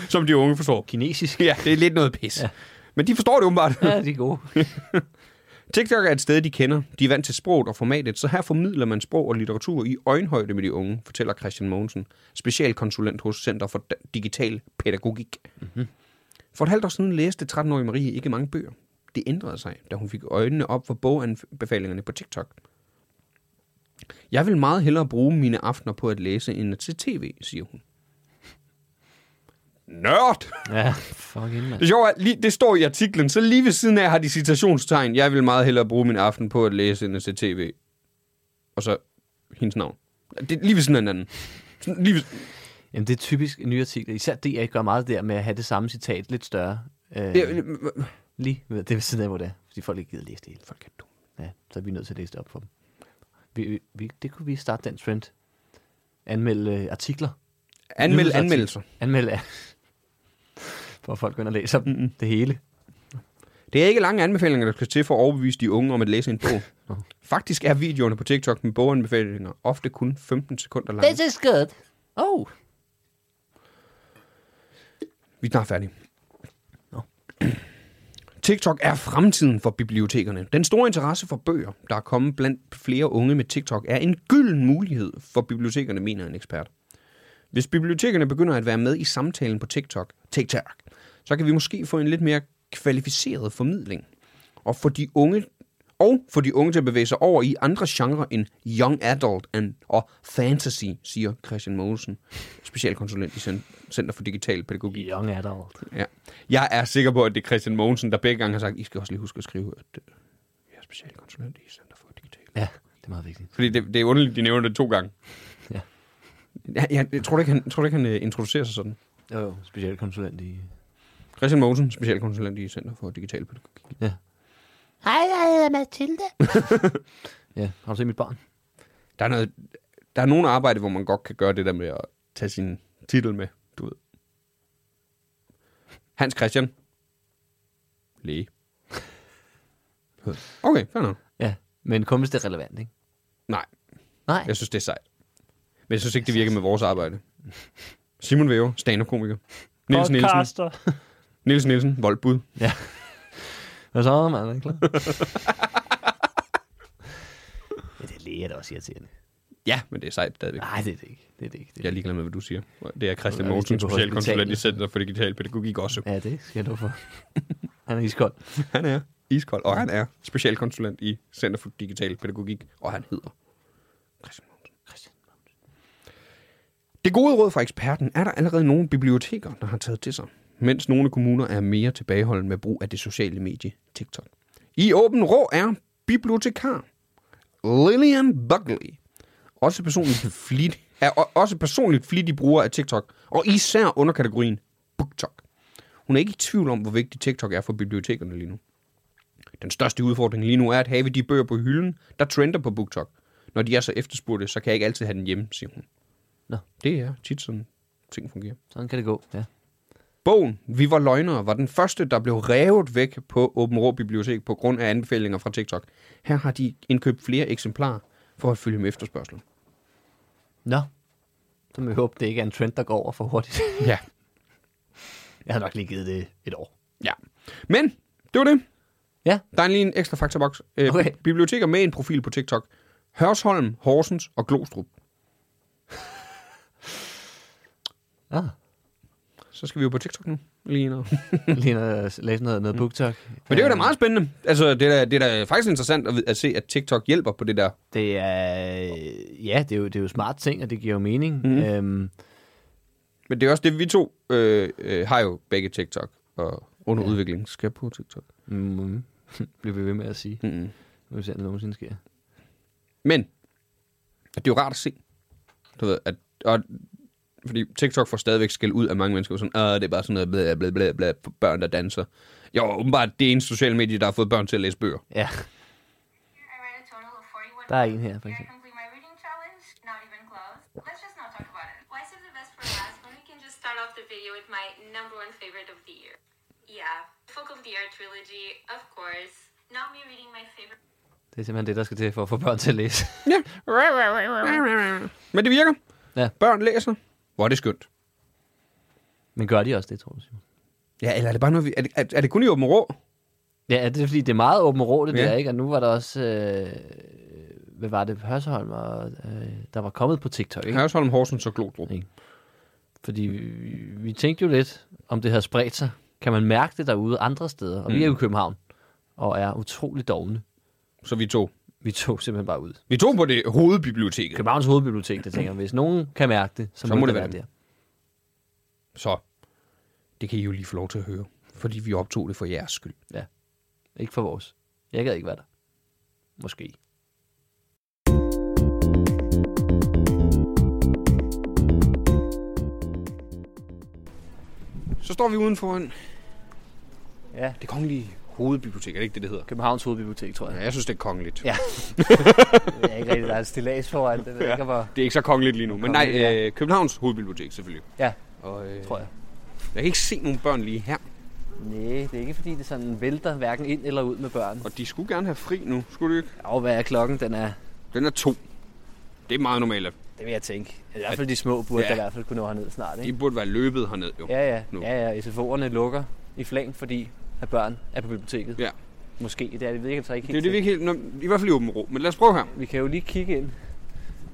Speaker 4: som de unge forstår.
Speaker 2: Kinesisk?
Speaker 4: Ja, det er lidt noget pis. Ja. Men de forstår det åbenbart.
Speaker 2: Ja, de er gode.
Speaker 4: TikTok er et sted, de kender. De er vant til sproget og formatet, så her formidler man sprog og litteratur i øjenhøjde med de unge, fortæller Christian Mogensen, specialkonsulent hos Center for Dan- Digital Pædagogik. Mm-hmm. For et halvt år siden læste 13-årige Marie ikke mange bøger. Det ændrede sig, da hun fik øjnene op for boganbefalingerne på TikTok. Jeg vil meget hellere bruge mine aftener på at læse end at se tv, siger hun. Nørd!
Speaker 2: Ja, fucking mand.
Speaker 4: Det sjove er, lige, det står i artiklen, så lige ved siden af har de citationstegn. Jeg vil meget hellere bruge min aften på at læse end at se tv. Og så hendes navn. Det er lige ved siden af hinanden. Sådan Lige ved,
Speaker 2: Jamen, det er typisk nye artikler. Især det, jeg gør meget der med at have det samme citat lidt større. Øh,
Speaker 4: det,
Speaker 2: det,
Speaker 4: er-
Speaker 2: lige ved, det er ved siden af, hvor det er. Fordi folk ikke gider læse det hele. Folk er dumme. Ja, så er vi nødt til at læse det op for dem. Vi, vi- vi, det kunne vi starte den trend. Anmelde øh, artikler.
Speaker 4: anmeld,
Speaker 2: Nyhedsartikler.
Speaker 4: anmeldelser.
Speaker 2: Anmelde af. [LAUGHS] For at folk går ind og læser mm-hmm. det hele.
Speaker 4: Det er ikke lange anbefalinger, der skal til for at overbevise de unge om at læse en bog. Faktisk er videoerne på TikTok med boganbefalinger ofte kun 15 sekunder lange.
Speaker 2: is good. Oh.
Speaker 4: Vi er snart færdige.
Speaker 2: Nå.
Speaker 4: TikTok er fremtiden for bibliotekerne. Den store interesse for bøger, der er kommet blandt flere unge med TikTok, er en gylden mulighed for bibliotekerne, mener en ekspert. Hvis bibliotekerne begynder at være med i samtalen på TikTok, TikTok så kan vi måske få en lidt mere kvalificeret formidling. Og få de unge, og få de unge til at bevæge sig over i andre genrer end young adult and, og fantasy, siger Christian Mogensen, specialkonsulent i Cen- Center for Digital Pædagogik.
Speaker 2: Young adult.
Speaker 4: Ja. Jeg er sikker på, at det er Christian Mogensen, der begge gange har sagt, I skal også lige huske at skrive, at øh, jeg er specialkonsulent i Center for Digital.
Speaker 2: Ja, det er meget vigtigt.
Speaker 4: Fordi det, det er underligt, de nævner det to gange.
Speaker 2: Ja.
Speaker 4: Ja, jeg, jeg tror du ikke, han, tror du ikke, han øh, introducerer sig sådan.
Speaker 2: Jo, jo, specialkonsulent i...
Speaker 4: Christian Mogensen, specialkonsulent i Center for Digital Pædagogik.
Speaker 2: Ja.
Speaker 5: Hej, jeg hedder Mathilde.
Speaker 2: [LAUGHS] ja, har du set mit barn?
Speaker 4: Der er, noget, der er nogle arbejde, hvor man godt kan gøre det der med at tage sin titel med, du ved. Hans Christian. Læge. Okay, fair nok.
Speaker 2: Ja, men kun hvis det er relevant, ikke?
Speaker 4: Nej,
Speaker 2: Nej.
Speaker 4: Jeg synes, det er sejt. Men jeg synes ikke, det virker med vores arbejde. Simon Væver, stand-up-komiker. Niels Nielsen,
Speaker 6: Podcaster.
Speaker 4: Niels Nielsen, voldbud.
Speaker 2: Ja. Hvad så, mand? Er det klar? [LAUGHS] ja, det er læger, der også irriterende.
Speaker 4: Ja, men det er sejt stadigvæk.
Speaker 2: Nej, det er det ikke. Det er det ikke. Det
Speaker 4: Jeg
Speaker 2: er
Speaker 4: er ligeglad med, hvad du siger. Det er Christian
Speaker 2: Ja, vi skal
Speaker 4: Mogensen,
Speaker 2: på
Speaker 4: specialkonsulent i
Speaker 2: hospitalet.
Speaker 4: Center for Digital Pædagogik også.
Speaker 2: det. Ja, det skal jeg love for. [LAUGHS] Han er iskold.
Speaker 4: Han er iskold, og han er specialkonsulent i Center for Digital Pædagogik, og han hedder Christian Mogensen. Det gode råd fra eksperten er der allerede nogle biblioteker, der har taget til sig, mens nogle kommuner er mere tilbageholdende med brug af det sociale medie TikTok. I Åben Rå er bibliotekar Lillian Buckley, også personligt flittig, er o- også personligt flittig bruger af TikTok, og især under kategorien BookTok. Hun er ikke i tvivl om, hvor vigtig TikTok er for bibliotekerne lige nu. Den største udfordring lige nu er at have de bøger på hylden, der trender på BookTok. Når de er så efterspurgte, så kan jeg ikke altid have den hjemme, siger hun.
Speaker 2: Nå.
Speaker 4: Det er tit sådan, ting fungerer.
Speaker 2: Sådan kan det gå, ja.
Speaker 4: Bogen Vi var løgnere var den første, der blev revet væk på Åben Rå Bibliotek på grund af anbefalinger fra TikTok. Her har de indkøbt flere eksemplarer for at følge med efterspørgselen.
Speaker 2: Nå. Så må vi håbe, det ikke er en trend, der går over for hurtigt. [LAUGHS]
Speaker 4: Ja.
Speaker 2: jeg har nok lige givet det et år.
Speaker 4: ja. Men, det var det.
Speaker 2: Ja,
Speaker 4: Der er lige en ekstra faktaboks. Øh,
Speaker 2: Okay.
Speaker 4: okay. Biblioteker med en profil på TikTok. Hørsholm, Horsens og Glostrup.
Speaker 2: ah, [LAUGHS]
Speaker 4: Så skal vi jo på TikTok nu. Lige [LAUGHS] nu.
Speaker 2: lige noget, læse noget, noget Øhm, BookTok.
Speaker 4: Men det er jo da meget spændende. Altså, det er da, det er da faktisk interessant at, vid- at se, at TikTok hjælper på det der.
Speaker 2: Det er, ja, det er jo, det er jo smart ting, og det giver jo mening. Mm. Øhm,
Speaker 4: Men det er også det, vi to øh, øh, har jo begge TikTok. Og under ja. udvikling skal på TikTok.
Speaker 2: mm, [LAUGHS] bliver vi ved med at sige. Mm.
Speaker 4: Mm-hmm.
Speaker 2: Nu ser det nogensinde sker.
Speaker 4: Men det er jo rart at se. Du ved, at, og, fordi TikTok får stadigvæk skæld ud af mange mennesker. Sådan, Åh, det er bare sådan noget bla, bla, bla, bla, for børn, der danser. Jo, åbenbart det er en social medie, der har fået børn til at læse bøger.
Speaker 2: Ja,
Speaker 7: I read a total of 41
Speaker 2: der er en her, for
Speaker 7: Did I
Speaker 2: eksempel.
Speaker 7: complete my reading challenge? Not even close. Let's just not talk about it. Why save the best for last when we can just start off the video with my number one favorite of the year? Yeah, Folk of the Year trilogy, of course. Not me reading my favorite.
Speaker 2: Det er simpelthen det, der skal til for at få børn til at læse.
Speaker 4: Men det virker.
Speaker 2: Ja.
Speaker 4: Børn læser. Hvor er det skønt.
Speaker 2: Men gør de også det, tror du, Simon?
Speaker 4: Ja, eller er det bare noget, vi... Er det, er, er det kun i Åben Rå?
Speaker 2: Ja, er det er fordi, det er meget åben rå, det
Speaker 4: Ja.
Speaker 2: der, ikke? Og nu var der også, øh, hvad var det, Hørsholm, og, øh, der var kommet på TikTok, ikke? Ja.
Speaker 4: Hørsholm, Horsens og Glodrup.
Speaker 2: Ikke. Fordi vi, vi tænkte jo lidt, om det havde spredt sig. Kan man mærke det derude andre steder? Og mm. vi er jo i København, og er utrolig dogne.
Speaker 4: Så vi tog.
Speaker 2: Vi tog simpelthen bare ud.
Speaker 4: Vi tog på det hovedbiblioteket.
Speaker 2: Københavns Hovedbibliotek, der tænker, hvis nogen kan mærke det, så,
Speaker 4: Så
Speaker 2: må det, være
Speaker 4: dem.
Speaker 2: der.
Speaker 4: Så det kan I jo lige få lov til at høre. Fordi vi optog det for jeres skyld.
Speaker 2: Ikke for vores. Jeg gad ikke være der. Måske.
Speaker 4: Så står vi uden for en...
Speaker 2: Ja.
Speaker 4: Det kongelige hovedbibliotek, er det ikke det, det hedder?
Speaker 2: Københavns Hovedbibliotek, tror jeg.
Speaker 4: Ja, jeg synes, det er kongeligt.
Speaker 2: Ja. Det er ikke rigtigt, der er et stilas foran. Det ved jeg ikke, hvor...
Speaker 4: Det er ikke så kongeligt lige nu, men nej,
Speaker 2: Kongeligt,
Speaker 4: øh, Københavns hovedbibliotek selvfølgelig.
Speaker 2: Ja,
Speaker 4: Og, øh,
Speaker 2: tror jeg.
Speaker 4: jeg kan ikke se nogen børn lige her,
Speaker 2: Nej, det er ikke fordi, det sådan vælter hverken ind eller ud med børn.
Speaker 4: og de skulle gerne have fri nu, skulle de ikke?
Speaker 2: Og hvad er klokken? Den er,
Speaker 4: Den er to. Det er meget normalt. at
Speaker 2: det vil jeg tænke. I hvert fald de små burde
Speaker 4: Ja.
Speaker 2: ja. i hvert fald kunne nå herned snart,
Speaker 4: De
Speaker 2: ikke?
Speaker 4: burde være løbet herned, jo.
Speaker 2: Ja, ja.
Speaker 4: Nu.
Speaker 2: ja, ja. SFO'erne lukker i flæng, fordi af børn er på biblioteket.
Speaker 4: Ja.
Speaker 2: Måske. Det er det, ved jeg så ikke
Speaker 4: Det er
Speaker 2: helt
Speaker 4: det, vi
Speaker 2: sikkert.
Speaker 4: ikke helt... Nå, I hvert fald i åben ro. Men lad os prøve her.
Speaker 2: vi kan jo lige kigge ind.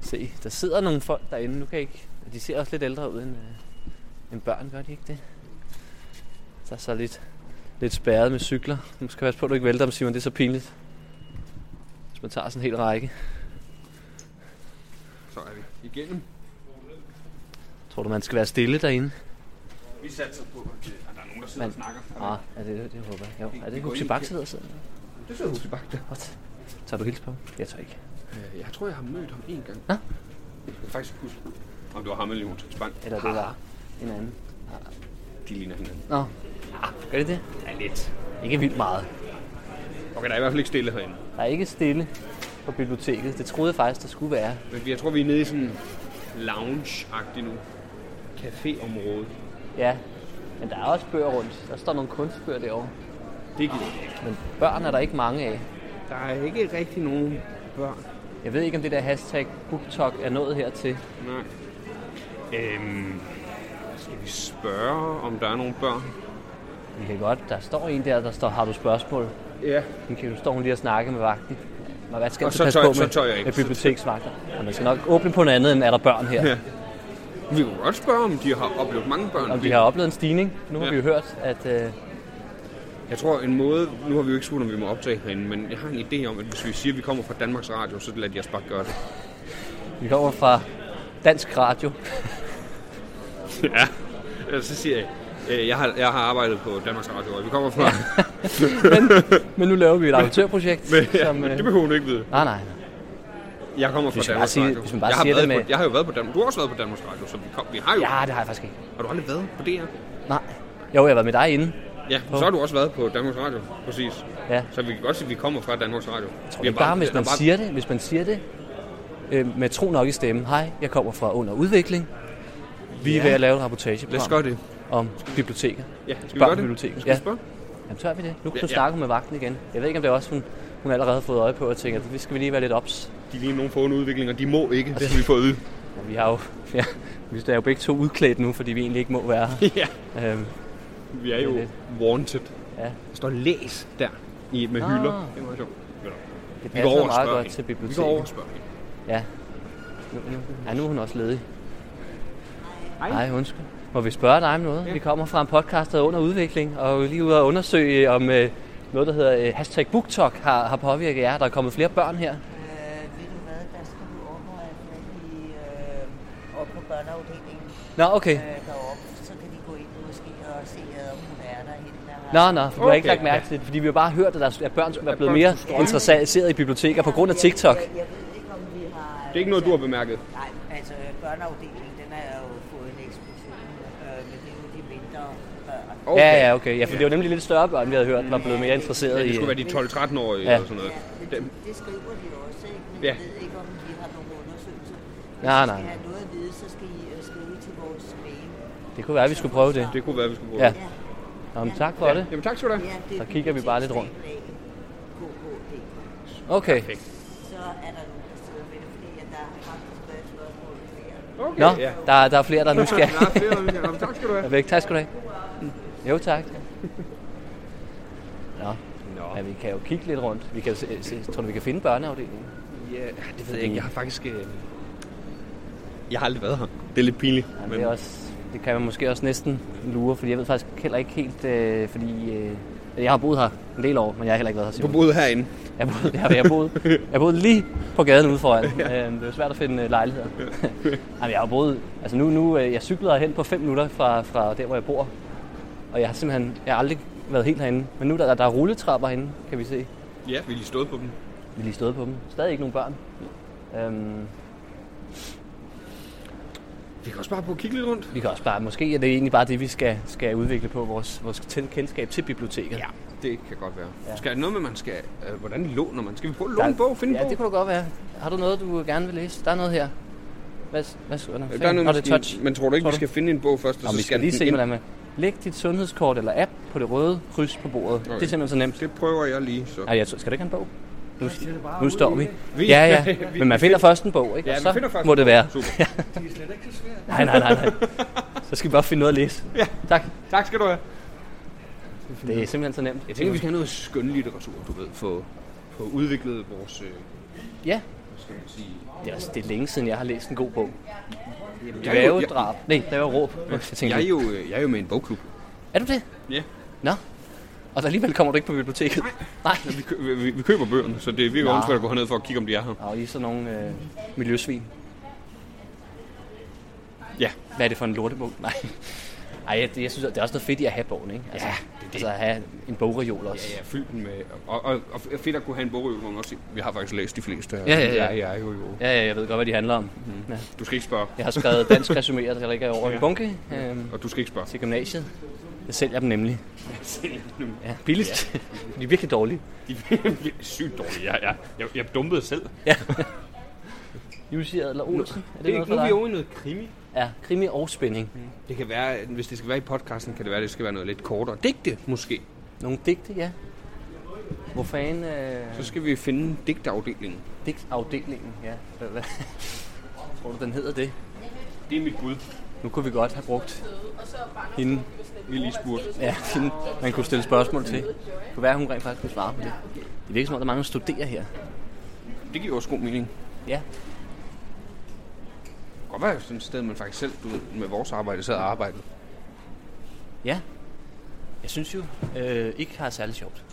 Speaker 2: Se, der sidder nogle folk derinde. Nu kan jeg ikke... De ser også lidt ældre ud end, øh, end børn, gør de ikke det? Der er så lidt, lidt spærret med cykler. Nu skal jeg passe på, at du ikke vælter dem, Simon. Det er så pinligt. Hvis man tager sådan en hel række.
Speaker 4: Så er vi igennem.
Speaker 2: Tror du, man skal være stille derinde?
Speaker 4: Vi satser på, at øh, at der er nogen, der sidder
Speaker 2: Men-
Speaker 4: og snakker.
Speaker 2: Ah, er det, det håber jeg. Jo, er
Speaker 4: vi
Speaker 2: det
Speaker 4: går
Speaker 2: Huxi
Speaker 4: ind i
Speaker 2: Bak,
Speaker 4: kæ-
Speaker 2: sidder og sidder?
Speaker 4: Det sidder Huxi Bak der.
Speaker 2: What? Tager du hils på ham? Jeg tør ikke.
Speaker 4: Øh, Jeg tror, jeg har mødt ham en gang.
Speaker 2: Nå.
Speaker 4: Jeg kan faktisk ikke huske, om det var ham eller Jonas Spang.
Speaker 2: Eller det var en anden.
Speaker 4: De ligner hinanden.
Speaker 2: Nå. Ah, gør det det?
Speaker 4: Ja, lidt.
Speaker 2: Ikke vildt meget.
Speaker 4: Okay, der er i hvert fald ikke stille herinde.
Speaker 2: Der er ikke stille på biblioteket. Det troede jeg faktisk, der skulle være.
Speaker 4: Men jeg tror, vi er nede i sådan lounge-agtigt nu. Caféområde.
Speaker 2: Ja, men der er også bøger rundt. Der står nogle kunstbøger derovre.
Speaker 4: Det gider jeg ikke.
Speaker 2: Men børn er der ikke mange af.
Speaker 4: Der er ikke rigtig nogen børn.
Speaker 2: Jeg ved ikke, om det der hashtag BookTok er nået hertil.
Speaker 4: Nej. Øhm, skal vi spørge, om der er nogen børn?
Speaker 2: Vi kan godt. Der står en der, der står, har du spørgsmål?
Speaker 4: Ja.
Speaker 2: Nu kan- nu står hun lige og snakke med vagten. Men hvad skal
Speaker 4: Og
Speaker 2: man
Speaker 4: så
Speaker 2: passe
Speaker 4: tør-
Speaker 2: på
Speaker 4: så
Speaker 2: med,
Speaker 4: tør jeg ikke.
Speaker 2: med biblioteksvagter? Ja, man skal nok åbne på noget andet, end er der børn her.
Speaker 4: Ja. Vi kunne godt spørge, om de har oplevet mange børn.
Speaker 2: Og vi har oplevet en stigning. Nu har
Speaker 4: Ja.
Speaker 2: vi jo hørt, at øh,
Speaker 4: Jeg tror, en måde... Nu har vi jo ikke spurgt, om vi må optage herinde, men jeg har en idé om, at hvis vi siger, at vi kommer fra Danmarks Radio, så lader de os bare gøre det.
Speaker 2: vi kommer fra
Speaker 4: [LAUGHS]
Speaker 2: Dansk Radio.
Speaker 4: Ja, Ellers så siger jeg, øh, jeg har, jeg har arbejdet på Danmarks Radio, og vi kommer fra...
Speaker 2: Men nu laver vi et amatørprojekt,
Speaker 4: [LAUGHS]
Speaker 2: som...
Speaker 4: Men
Speaker 2: Øh,
Speaker 4: det behøver du ikke vide.
Speaker 2: nej, nej.
Speaker 4: Jeg kommer fra
Speaker 2: Hvis man bare
Speaker 4: Danmarks
Speaker 2: siger-
Speaker 4: Radio.
Speaker 2: hvis man bare
Speaker 4: jeg, har
Speaker 2: siger
Speaker 4: været
Speaker 2: det
Speaker 4: på,
Speaker 2: med-
Speaker 4: jeg har jo været på Danmarks... Du har også været på Danmarks Radio, så vi, kom, vi har jo...
Speaker 2: Ja, det har jeg faktisk ikke.
Speaker 4: Har du aldrig været på DR?
Speaker 2: Nej. Jo, jeg har været med dig inde.
Speaker 4: Ja, så har du også været på Danmarks Radio, præcis.
Speaker 2: Ja.
Speaker 4: Så vi kan godt sige, at vi kommer fra Danmarks Radio. Jeg
Speaker 2: Det er bare, hvis man siger det, hvis man siger det øh, med tro nok i stemmen. Hej, jeg kommer fra Under Udvikling. Vi er
Speaker 4: Ja.
Speaker 2: ved at lave et rapportageprogram
Speaker 4: Lad os gøre det.
Speaker 2: om biblioteker.
Speaker 4: Ja, skal vi
Speaker 2: Børn
Speaker 4: gøre
Speaker 2: i
Speaker 4: det?
Speaker 2: biblioteket.
Speaker 4: Skal vi
Speaker 2: Ja.
Speaker 4: spørge?
Speaker 2: Jamen, tør vi det? Nu,
Speaker 4: Ja, ja.
Speaker 2: nu snakker hun med vagten igen. Jeg ved ikke, om det er også, hun, hun allerede har fået øje på og tænker, at vi skal vi lige være lidt ops.
Speaker 4: De ligner nogen for en udvikling, og de må ikke. Det har vi fået at vide.
Speaker 2: Og vi har jo, [LAUGHS] ja, vi er jo begge to udklædt nu, fordi vi egentlig ikke må være her.
Speaker 4: [LAUGHS] ja,
Speaker 2: øhm,
Speaker 4: vi er jo
Speaker 2: Det er
Speaker 4: wanted.
Speaker 2: ja.
Speaker 4: Der står læs der i, med
Speaker 2: Ah.
Speaker 4: hylder. Det er meget sjovt.
Speaker 2: Det
Speaker 4: Vi går
Speaker 2: passer
Speaker 4: over og
Speaker 2: meget
Speaker 4: spørger
Speaker 2: godt
Speaker 4: hende.
Speaker 2: til
Speaker 4: Vi går over og
Speaker 2: biblioteket.
Speaker 4: spørger hende.
Speaker 2: Ja. Nu, nu, ja, nu er hun også ledig.
Speaker 4: Hej.
Speaker 2: Nej, undskyld. Må vi spørge dig om noget? Ja. Vi kommer fra en podcast, der er under udvikling, og er lige ude og undersøge, om øh, noget, der hedder øh, hashtag BookTok, har, har påvirket jer. Der er kommet flere børn her.
Speaker 6: Øh, ved du hvad, der skal du overveje, at vi øh, op på børneafdelingen
Speaker 2: Nå, okay.
Speaker 6: øh, deroppe, så kan de gå ind måske og se, øh, om hun er der hende der har-
Speaker 2: Nå, nå, for vi har ikke
Speaker 4: Okay,
Speaker 2: lagt mærke til det, fordi vi har bare hørt, at, der, at børn skulle være blevet
Speaker 4: børn
Speaker 2: mere
Speaker 4: skulle strømme.
Speaker 2: interesseret i biblioteker på grund af
Speaker 6: Jeg-
Speaker 2: TikTok.
Speaker 6: Jeg, jeg ved ikke, om vi har...
Speaker 4: Det er ikke noget, du har bemærket.
Speaker 6: Nej, altså øh, børneafdelingen, den har jo fået en eksplosion, øh, men det er jo de mindre børn.
Speaker 4: Okay.
Speaker 2: Ja, ja, okay. Ja, for det var nemlig lidt større børn, vi havde hørt, der var blevet mere interesseret
Speaker 4: Ja, det
Speaker 2: i.
Speaker 4: skulle
Speaker 2: øh,
Speaker 4: være de 12-13-årige
Speaker 2: Ja.
Speaker 4: ja. eller sådan noget.
Speaker 6: Ja, men
Speaker 4: Dem.
Speaker 6: det, det skriver de også, ikke? Men
Speaker 4: Ja.
Speaker 6: ja. jeg ved ikke, om de har nogle undersøgelser. Hvis
Speaker 2: Nej,
Speaker 6: I
Speaker 2: nej.
Speaker 6: skal have noget at vide, så skal I øh, skrive til vores mail.
Speaker 2: Det kunne være, at vi skulle prøve det.
Speaker 4: Det kunne være, vi skulle bruge.
Speaker 2: Ja.
Speaker 4: det.
Speaker 2: Nå, men tak for det.
Speaker 4: Jamen tak skal du have.
Speaker 6: Ja, det er
Speaker 2: Så kigger vi bare lidt rundt.
Speaker 6: bibliotekssnabel-a.kk.dk.
Speaker 2: Okay.
Speaker 6: Så er der nogen, der sidder ved det, fordi at der har faktisk været et spørgsmål flere.
Speaker 4: Okay.
Speaker 2: Nå,
Speaker 4: Ja.
Speaker 2: der, er- der er flere, der nu
Speaker 4: Ja,
Speaker 2: skal.
Speaker 4: [LAUGHS] der er flere, der vil- Jamen, tak skal du
Speaker 2: Jeg
Speaker 4: have.
Speaker 2: ved ikke, tak skal du have. Jo, tak. Nå,
Speaker 4: Nå,
Speaker 2: men vi kan jo kigge lidt rundt. Vi kan, se, se, tror du, vi kan finde børneafdelingen?
Speaker 4: ja, det ved jeg ikke. Jeg har faktisk... Øh... Jeg har aldrig været her. Det er lidt pinligt.
Speaker 2: Jamen, det, er også, det kan man måske også næsten lure, fordi jeg ved faktisk heller ikke helt, øh, fordi øh, jeg har boet her en del år, men jeg har heller ikke været her
Speaker 4: Du
Speaker 2: Simon.
Speaker 4: boede herinde.
Speaker 2: Jeg boede, jeg, jeg boede, jeg boede lige på gaden ude
Speaker 4: [LAUGHS]
Speaker 2: foran. Øh, det er jo svært at finde øh, lejligheder. [LAUGHS] Jamen, jeg har boet, altså nu, nu øh, jeg cyklede hen på 5 minutter fra, fra der, hvor jeg bor. Og jeg har simpelthen, jeg har aldrig været helt herinde. Men nu der, der, der er rulletrapper herinde, kan vi se. Vi
Speaker 4: Ja, vi lige stået på dem.
Speaker 2: har lige stået på dem. Stadig ikke nogen børn. Øhm,
Speaker 4: Vi kan også bare på at kigge lidt rundt.
Speaker 2: vi kan også bare, måske er det egentlig bare det, vi skal, skal udvikle på, vores, vores til- kendskab til biblioteket.
Speaker 4: Ja, det kan godt være.
Speaker 2: Ja.
Speaker 4: Ja. Skal der noget med, man skal... Øh, hvordan låner man? Skal vi prøve at
Speaker 2: Der-
Speaker 4: låne en bog? Finde
Speaker 2: ja,
Speaker 4: en bog?
Speaker 2: det kunne du godt være. Har du noget, du gerne vil læse? Der er noget her. Hvad, hvad skriver der?
Speaker 4: Der er noget,
Speaker 2: Nå,
Speaker 4: man
Speaker 2: det er
Speaker 4: skal-
Speaker 2: touch.
Speaker 4: Men tror du ikke,
Speaker 2: Tror
Speaker 4: vi
Speaker 2: du?
Speaker 4: skal finde en bog først, og
Speaker 2: Nå,
Speaker 4: så
Speaker 2: vi skal
Speaker 4: scanne
Speaker 2: lige
Speaker 4: den
Speaker 2: se,
Speaker 4: ind?
Speaker 2: hvordan man... Læg dit sundhedskort eller app på det røde kryds på bordet. Okay. Det er simpelthen så nemt.
Speaker 4: Det prøver jeg lige, så...
Speaker 2: Ej, jeg tror, skal du ikke have en bog? Nu, nu står vi.
Speaker 4: [LAUGHS] Vi-
Speaker 2: Ja, ja. Men man finder først en bog, ikke?
Speaker 4: Ja,
Speaker 2: Og
Speaker 4: vi
Speaker 2: så
Speaker 4: finder først
Speaker 2: må
Speaker 4: en
Speaker 2: det
Speaker 4: bog.
Speaker 2: være.
Speaker 4: Super.
Speaker 2: Ja. [LAUGHS] Nej, nej, nej, nej. Så skal vi bare finde noget at læse. Ja. Tak.
Speaker 4: Tak skal du have.
Speaker 2: Det er simpelthen så nemt.
Speaker 4: Jeg tænker, vi skal have noget skøn litteratur, du ved, få, få udviklet vores, øh,
Speaker 2: Ja,
Speaker 4: hvad skal man sige...
Speaker 2: det er, også, det er længe siden, jeg har læst en god bog.
Speaker 4: Jeg er jo, jeg,
Speaker 2: Dvævedrab. Nej, dvæveråb. Jeg tænker,
Speaker 4: jeg, er jo, øh, jeg er jo med i en bogklub.
Speaker 2: Er du det?
Speaker 4: Ja.
Speaker 2: Nå. Og så alligevel kommer du ikke på biblioteket? Nej. Nej.
Speaker 4: Vi, kø- vi, vi køber bøgerne, så det er virkelig
Speaker 2: Nå.
Speaker 4: åndssvagt at gå herned for at kigge, om de er her.
Speaker 2: Og I er sådan nogle øh, miljøsvin.
Speaker 4: Ja,
Speaker 2: Hvad er det for en lortebog? [LAUGHS] Nej. Ej, jeg, jeg synes, at det er også noget fedt i at have bogen, ikke? Altså, ja, det er Altså at have en bogreol også.
Speaker 4: ja, fyld den med... Og, og, og fedt at kunne have en bogreol, hvor man også siger, vi har faktisk læst de fleste. her.
Speaker 2: Ja, ja, ja.
Speaker 4: ja, ja jo, jo.
Speaker 2: ja. ja, jeg ved godt, hvad de handler om. Mm. Ja.
Speaker 4: Du skal ikke spørge.
Speaker 2: Jeg har skrevet dansk resumeret, der ligger over i en bunke øhm,
Speaker 4: Og du skal ikke spørge.
Speaker 2: til gymnasiet. Jeg sælger dem nemlig. Ja, billigt. [LAUGHS] de er virkelig dårlige.
Speaker 4: De er sygt dårlige. Jeg, jeg, jeg, jeg dumpede selv.
Speaker 2: Jussi Adler Olsen, er det
Speaker 4: Det er
Speaker 2: noget
Speaker 4: nu
Speaker 2: for
Speaker 4: er vi
Speaker 2: dig?
Speaker 4: over i noget krimi.
Speaker 2: Ja, krimi og spænding.
Speaker 4: Det kan være, at hvis det skal være i podcasten, kan det være, at det skal være noget lidt kortere. Digte, måske.
Speaker 2: Nogle digte, ja. Hvor fanden... Øh...
Speaker 4: Så skal vi finde digtafdelingen.
Speaker 2: Digtafdelingen, ja. Hvad, hvad? [LAUGHS] Tror du, den hedder det?
Speaker 4: Det er mit bud.
Speaker 2: Nu kunne vi godt have brugt hende,
Speaker 4: Vi lige spurgte.
Speaker 2: ja, hende man kunne stille spørgsmål til. Det kunne være, hun rent faktisk kunne svare på det. Det virker som om, der er mange, der studerer her.
Speaker 4: Det giver også god mening.
Speaker 2: Ja,
Speaker 4: Det kan godt være sådan et sted, man faktisk selv du ved, med vores arbejde sad og arbejdede.
Speaker 2: ja. Jeg synes jo, øh, ikke har særlig sjovt.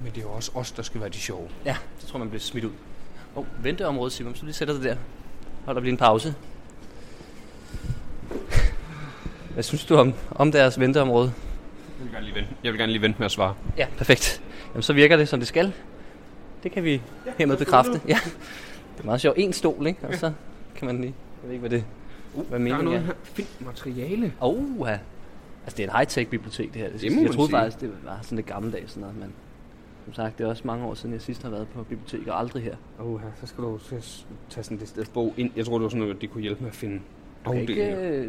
Speaker 4: Men det er jo også os, der skal være de sjove.
Speaker 2: Ja, så tror jeg, man bliver smidt ud. Åh, oh, venteområde, Simon, så lige sætter dig der. Holder lige en pause. Hvad synes du om, om deres venteområde?
Speaker 4: Jeg vil gerne lige vente, jeg vil gerne lige vente med at svare.
Speaker 2: Ja, perfekt. Jamen, så virker det, som det skal. Det kan vi hermed bekræfte. Ja. Det er meget sjovt. En stol, ikke? Og så kan man lige... Jeg ved ikke, hvad det uh, hvad
Speaker 4: Der er
Speaker 2: meningen
Speaker 4: noget
Speaker 2: er.
Speaker 4: her. Fint materiale.
Speaker 2: Åh, oh, ja. Altså, det er en high-tech bibliotek, det her.
Speaker 4: Det
Speaker 2: Det, det
Speaker 4: må
Speaker 2: jeg
Speaker 4: man
Speaker 2: troede
Speaker 4: sige.
Speaker 2: faktisk, det var sådan lidt gammeldags sådan noget, men... Som sagt, det er også mange år siden, jeg sidst har været på biblioteket, og aldrig her.
Speaker 4: Åh, her, så skal du s- tage sådan det sted bog ind. Jeg tror, det var sådan noget, det kunne hjælpe med at finde
Speaker 2: Du kan ikke
Speaker 4: afdelinger.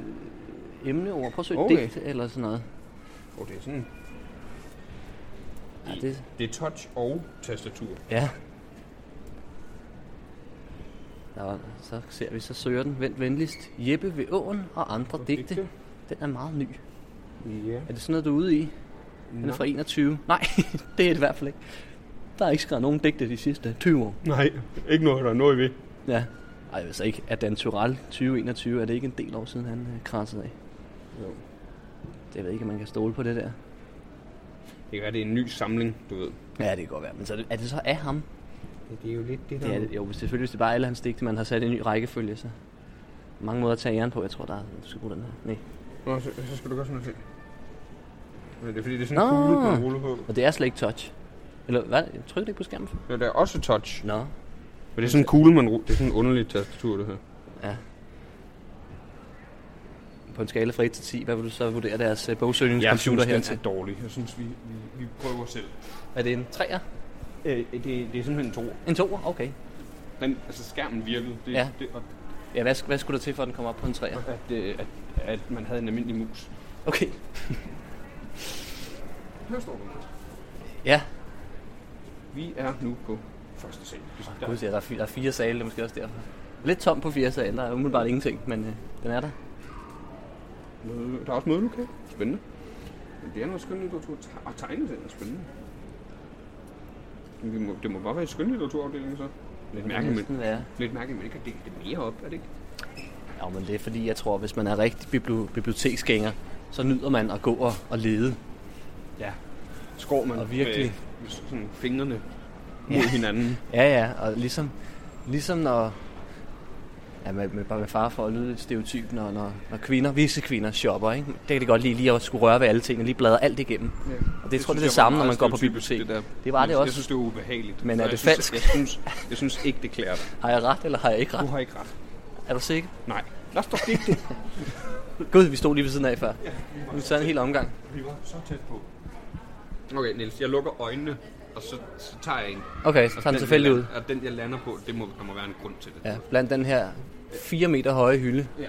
Speaker 2: øh, emneord. Prøv at søge
Speaker 4: Okay.
Speaker 2: okay. digt eller sådan noget.
Speaker 4: Åh, det er sådan.
Speaker 2: Ja, det,
Speaker 4: Det er touch og tastatur.
Speaker 2: ja. Der, så ser vi, så søger den. Vent venligst. Jeppe ved åen og andre digte.
Speaker 4: digte.
Speaker 2: Den er meget ny.
Speaker 4: Ja.
Speaker 2: Er det sådan noget, du er ude i? Den er fra 21. Nej, [LAUGHS] det er det i hvert fald ikke. Der er ikke skrevet nogen digte de sidste 20 år.
Speaker 4: Nej, ikke noget, der er noget ved.
Speaker 2: Ja. Ej, altså ikke. Er Dan Turell 2021, er det ikke en del år siden, han øh, kransede af?
Speaker 4: Jo.
Speaker 2: Det jeg ved ikke, om man kan stole på det der.
Speaker 4: Det kan være, det er en ny samling, du ved.
Speaker 2: Ja, det kan godt være. Men så er, det, er det så af ham?
Speaker 4: Det er jo lidt
Speaker 2: Det er det. Jo, hvis det- selvfølgelig, hvis det bare er alle hans digte, man har sat i en ny rækkefølge, så mange måder at tage æren på. Jeg tror, der er, du skal bruge den her. Nej.
Speaker 4: Nå, så, så skal du gøre sådan noget ting. Men det er fordi, det er
Speaker 2: Nå.
Speaker 4: sådan en kugle, man ruller på.
Speaker 2: Og det er slet ikke touch. Eller hvad? Tryk det ikke på skærmen. for-
Speaker 4: Ja, der er også touch.
Speaker 2: Nå.
Speaker 4: Men det er sådan en kugle, man ruller. Det er sådan en underlig tastatur, det her.
Speaker 2: På en skala fra 1 til 10, hvad vil du så vurdere deres øh, bogsøgningscomputer her til?
Speaker 4: er dårlig. Jeg synes, vi, vi, vi prøver selv.
Speaker 2: Er det en 3'er?
Speaker 4: Øh, det, det er simpelthen to.
Speaker 2: En 2'er? Okay.
Speaker 4: Den, altså skærmen virkede. Det,
Speaker 2: Ja.
Speaker 4: det, og,
Speaker 2: Ja, hvad, hvad skulle der til, for at den kommer op på en 3'er?
Speaker 4: at, øh, at, at man havde en almindelig mus.
Speaker 2: Okay.
Speaker 4: Her står den.
Speaker 2: Ja.
Speaker 4: Vi er nu på første sal.
Speaker 2: Gud, ja, der, er, fi- der er fire sale, det er måske også derfor. Lidt tom på fire sale, der er umiddelbart ingenting, men øh, den er der.
Speaker 4: Møde- Der er også mødelokale. Spændende. Men det er noget skønlitteratur te- og tegnet er spændende. Men Det må, det må bare være i skønlitteraturafdelingen så. Lidt mærkeligt,
Speaker 2: næsten
Speaker 4: men,
Speaker 2: være.
Speaker 4: lidt mærkeligt, men ikke har delt det mere op, er det ikke?
Speaker 2: Ja, men det er fordi, jeg tror, hvis man er rigtig bibli- biblioteksgænger, så nyder man at gå og, og lede.
Speaker 4: Ja. Skår man
Speaker 2: Og virkelig.
Speaker 4: med, med sådan fingrene mod hinanden.
Speaker 2: Ja, ja, og ligesom, ligesom når... Ja, med, med, bare med far for at lyde lidt stereotyp, når, når, når kvinder, visse kvinder shopper, ikke? Det kan de godt lide, lige at skulle røre ved alle tingene, lige bladre alt igennem. Ja. Og det, tror jeg, det er det samme, når man går på bibliotek. Det, det var det
Speaker 4: Jeg synes,
Speaker 2: også.
Speaker 4: det var ubehageligt.
Speaker 2: Men er
Speaker 4: Så
Speaker 2: det
Speaker 4: jeg
Speaker 2: falsk?
Speaker 4: Synes, jeg, synes, jeg synes ikke, det klæder dig.
Speaker 2: Har jeg ret, eller har jeg ikke
Speaker 4: Du
Speaker 2: ret?
Speaker 4: har ikke ret.
Speaker 2: Er du sikker?
Speaker 4: Nej. Der står digte.
Speaker 2: Gud, vi stod lige ved siden af før. Nu tager en hel omgang.
Speaker 4: Vi var så tæt på. Okay, Niels, jeg lukker øjnene, og så, så tager jeg en.
Speaker 2: Okay, så tager den tilfældig ud.
Speaker 4: Og den, jeg lander på, det må, der må være en grund til det.
Speaker 2: Ja, blandt den her 4 meter høje hylde.
Speaker 4: ja.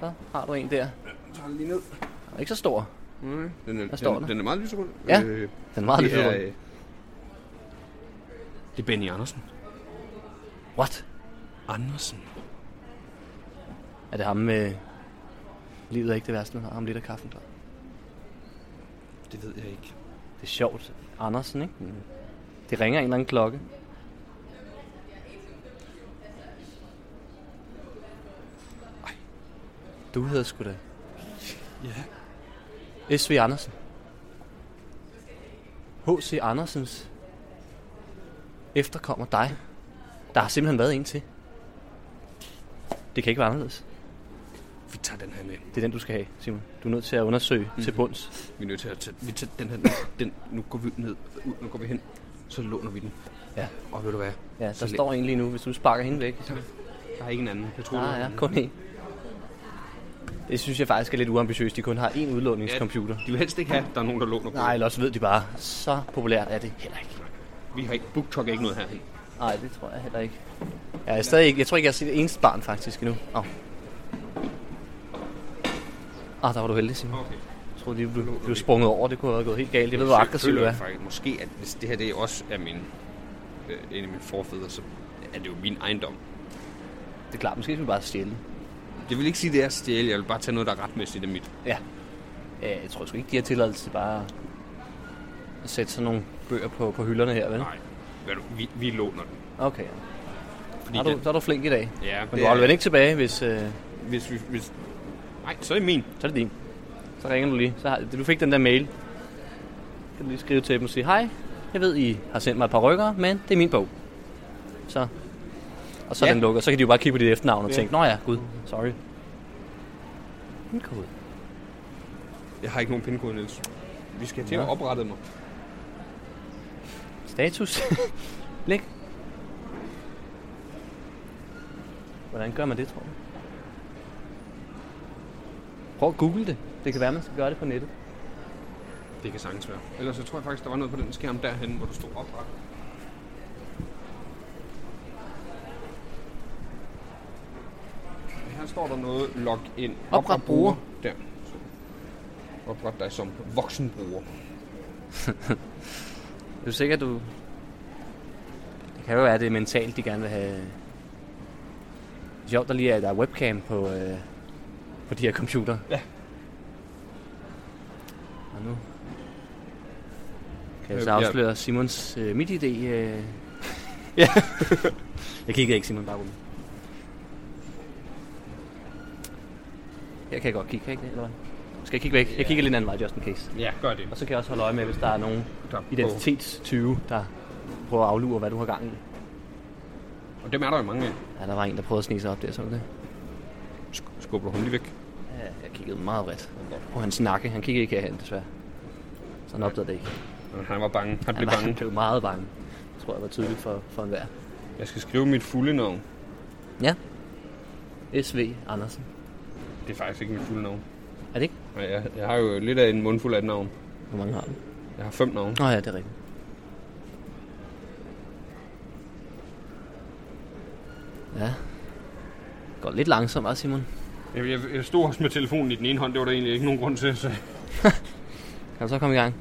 Speaker 2: Så har du en der.
Speaker 4: Så den lige ned.
Speaker 2: Den er ikke så stor.
Speaker 4: Den er,
Speaker 2: står
Speaker 4: den,
Speaker 2: der?
Speaker 4: den er meget lyserød.
Speaker 2: Ja,
Speaker 4: øh,
Speaker 2: den er meget
Speaker 4: det, er,
Speaker 2: lyserød.
Speaker 4: øh, det er Benny Andersen.
Speaker 2: What?
Speaker 4: øh, Andersen?
Speaker 2: Er det ham med Livet er ikke det værste, man har. Om lidt er kaffen klar.
Speaker 4: Det ved jeg ikke.
Speaker 2: Det er sjovt. Andersen, ikke? Mm. Det ringer en eller anden klokke. Ej. Du hedder sgu da. Ja. S.V. Andersen. H.C. Andersens efterkommer dig. Der har simpelthen været en til. Det kan ikke være anderledes.
Speaker 4: Vi tager den her med.
Speaker 2: Det er den, du skal have, Simon. Du er nødt til at undersøge mm-hmm. til bunds.
Speaker 4: Vi er nødt til at tage, vi tager den her ned. Den, nu går vi ned. Ud, nu går vi hen. Så låner vi den.
Speaker 2: Ja.
Speaker 4: Og ved du hvad?
Speaker 2: Ja, der
Speaker 4: Så læ-
Speaker 2: står en lige nu, hvis du sparker hende væk. Så
Speaker 4: Der er ikke en anden. Jeg tror,
Speaker 2: Nej,
Speaker 4: der er
Speaker 2: Ah, ja,
Speaker 4: en
Speaker 2: kun én. Det synes jeg faktisk er lidt uambitiøst. De kun har én
Speaker 4: anden.
Speaker 2: udlåningscomputer.
Speaker 4: Ja, de vil helst ikke have, at der er nogen, der låner på.
Speaker 2: Nej, eller også ved de bare, så populært er det heller ikke.
Speaker 4: Vi har ikke, BookTok er ikke noget herhen.
Speaker 2: Nej, det tror jeg heller ikke. Jeg, er stadig ikke, jeg tror ikke, jeg har set det eneste barn faktisk endnu. Åh, oh. der var du heldig, Simon.
Speaker 4: Okay.
Speaker 2: Jeg troede, de blev, blev sprunget over. Det kunne have været gået helt galt. Jeg ved, hvor aggressiv du er.
Speaker 4: Faktisk, måske, at hvis det her det også er min, øh, en af mine forfædre, så er det jo min ejendom.
Speaker 2: Det er klart, måske skal vi bare stjæle. den.
Speaker 4: Jeg vil ikke sige, det er at stjæle. Jeg vil bare tage noget, der er retmæssigt af mit.
Speaker 2: Ja. Ja, Jeg tror sgu ikke, de har tilladelse til bare at sætte sådan nogle bøger på, på hylderne her, vel?
Speaker 4: Nej, Ved du, vi, vi låner den.
Speaker 2: Okay, ja.
Speaker 4: Fordi
Speaker 2: Er du,
Speaker 4: den-
Speaker 2: så er du flink i dag.
Speaker 4: Ja,
Speaker 2: Men du holder vel ikke tilbage, hvis... Øh,
Speaker 4: Hvis vi, hvis... Nej, så er det min.
Speaker 2: Så er det din. Så ringer du lige. Så har, du fik den der mail. Så kan du lige skrive til dem og sige, hej, jeg ved, I har sendt mig et par rykker, men det er min bog. Så. Og så ja.
Speaker 4: Ja.
Speaker 2: den lukker. Så kan de jo bare kigge på dit efternavn og tænke, nå ja, gud, sorry. En kode.
Speaker 4: Jeg har ikke nogen pindekode, Niels. Vi skal til at
Speaker 2: Nå.
Speaker 4: oprette mig.
Speaker 2: Status. [LAUGHS] Blik. Hvordan gør man det, tror du? Prøv at google det. Det kan være, man skal gøre det på nettet.
Speaker 4: Det kan sagtens være. Ellers så tror jeg faktisk, der var noget på den skærm derhen, hvor du stod oprettet. Her står der noget log ind.
Speaker 2: Opret bruger.
Speaker 4: Der. Så. Opret dig som voksenbruger.
Speaker 2: Er du sikker, du... Det kan jo være, at det er mentalt, de gerne vil have... Det er sjovt, der lige er, at der er webcam på, øh, på de her computer. Ja. Og nu kan jeg så
Speaker 4: Øh, ja.
Speaker 2: afsløre Simons øh, midt idé. Øh... ja. [LAUGHS] jeg kiggede ikke Simon bare rundt. Her kan jeg godt kigge, kan jeg ikke? Eller hvad? Skal jeg kigge væk? Jeg kigger lidt en anden vej, just in case.
Speaker 4: Ja, gør det.
Speaker 2: Og så kan jeg også holde øje med, hvis der er nogen
Speaker 4: Der-
Speaker 2: identitetstyve, der prøver at aflure, hvad du har gang i.
Speaker 4: Og dem er der jo mange af.
Speaker 2: Ja, der var en, der prøvede at snige sig op der, så det.
Speaker 4: Sk- skubber hun lige væk.
Speaker 2: Ja, jeg kiggede meget bredt. På hans nakke, han kiggede ikke herhen, desværre. Så han opdagede det ikke.
Speaker 4: Og Han var bange. Han
Speaker 2: Han
Speaker 4: blev
Speaker 2: var, [LAUGHS] han
Speaker 4: bange.
Speaker 2: blev meget bange. Det tror jeg var tydeligt for, for enhver.
Speaker 4: Jeg skal skrive mit fulde navn.
Speaker 2: Ja. S.V. Andersen.
Speaker 4: Det er faktisk ikke mit fulde navn.
Speaker 2: Er det ikke?
Speaker 4: Nej, Jeg, jeg har jo lidt af en mundfuld af et navn.
Speaker 2: Hvor mange har du?
Speaker 4: Jeg har fem navne.
Speaker 2: Nå ja, det er rigtigt. Ja. Det går lidt langsommere, Simon.
Speaker 4: Jeg, jeg, jeg stod også med telefonen i den ene hånd. Det var der egentlig ikke nogen grund til. Så.
Speaker 2: Kan du så komme i gang?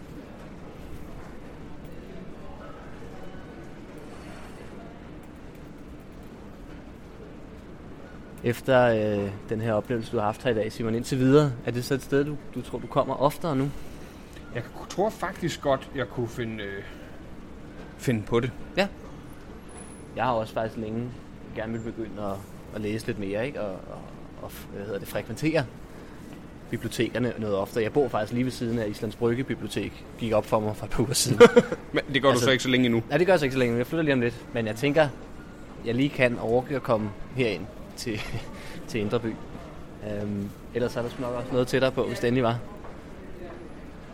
Speaker 2: Efter øh, den her oplevelse, du har haft her i dag, Simon, indtil videre, er det så et sted, du, du tror, du kommer oftere nu?
Speaker 4: Jeg tror faktisk godt, jeg kunne finde, øh, finde på det.
Speaker 2: Jeg har også faktisk længe gerne vil begynde at, at læse lidt mere, ikke? Og, og, og hvad hedder det, frekventere bibliotekerne noget oftere. Jeg bor faktisk lige ved siden af Islands Brygge Bibliotek. Gik op for mig for et par uger siden.
Speaker 4: Men det gør altså,
Speaker 2: Altså-
Speaker 4: du så ikke så længe endnu.
Speaker 2: Nej, det gør jeg så ikke så længe. men Jeg flytter lige om lidt. Men jeg tænker, jeg lige kan overgive at komme herind til, [LAUGHS] til Indre By. Øhm, ellers er der sgu nok også noget tættere på, hvis det endelig var.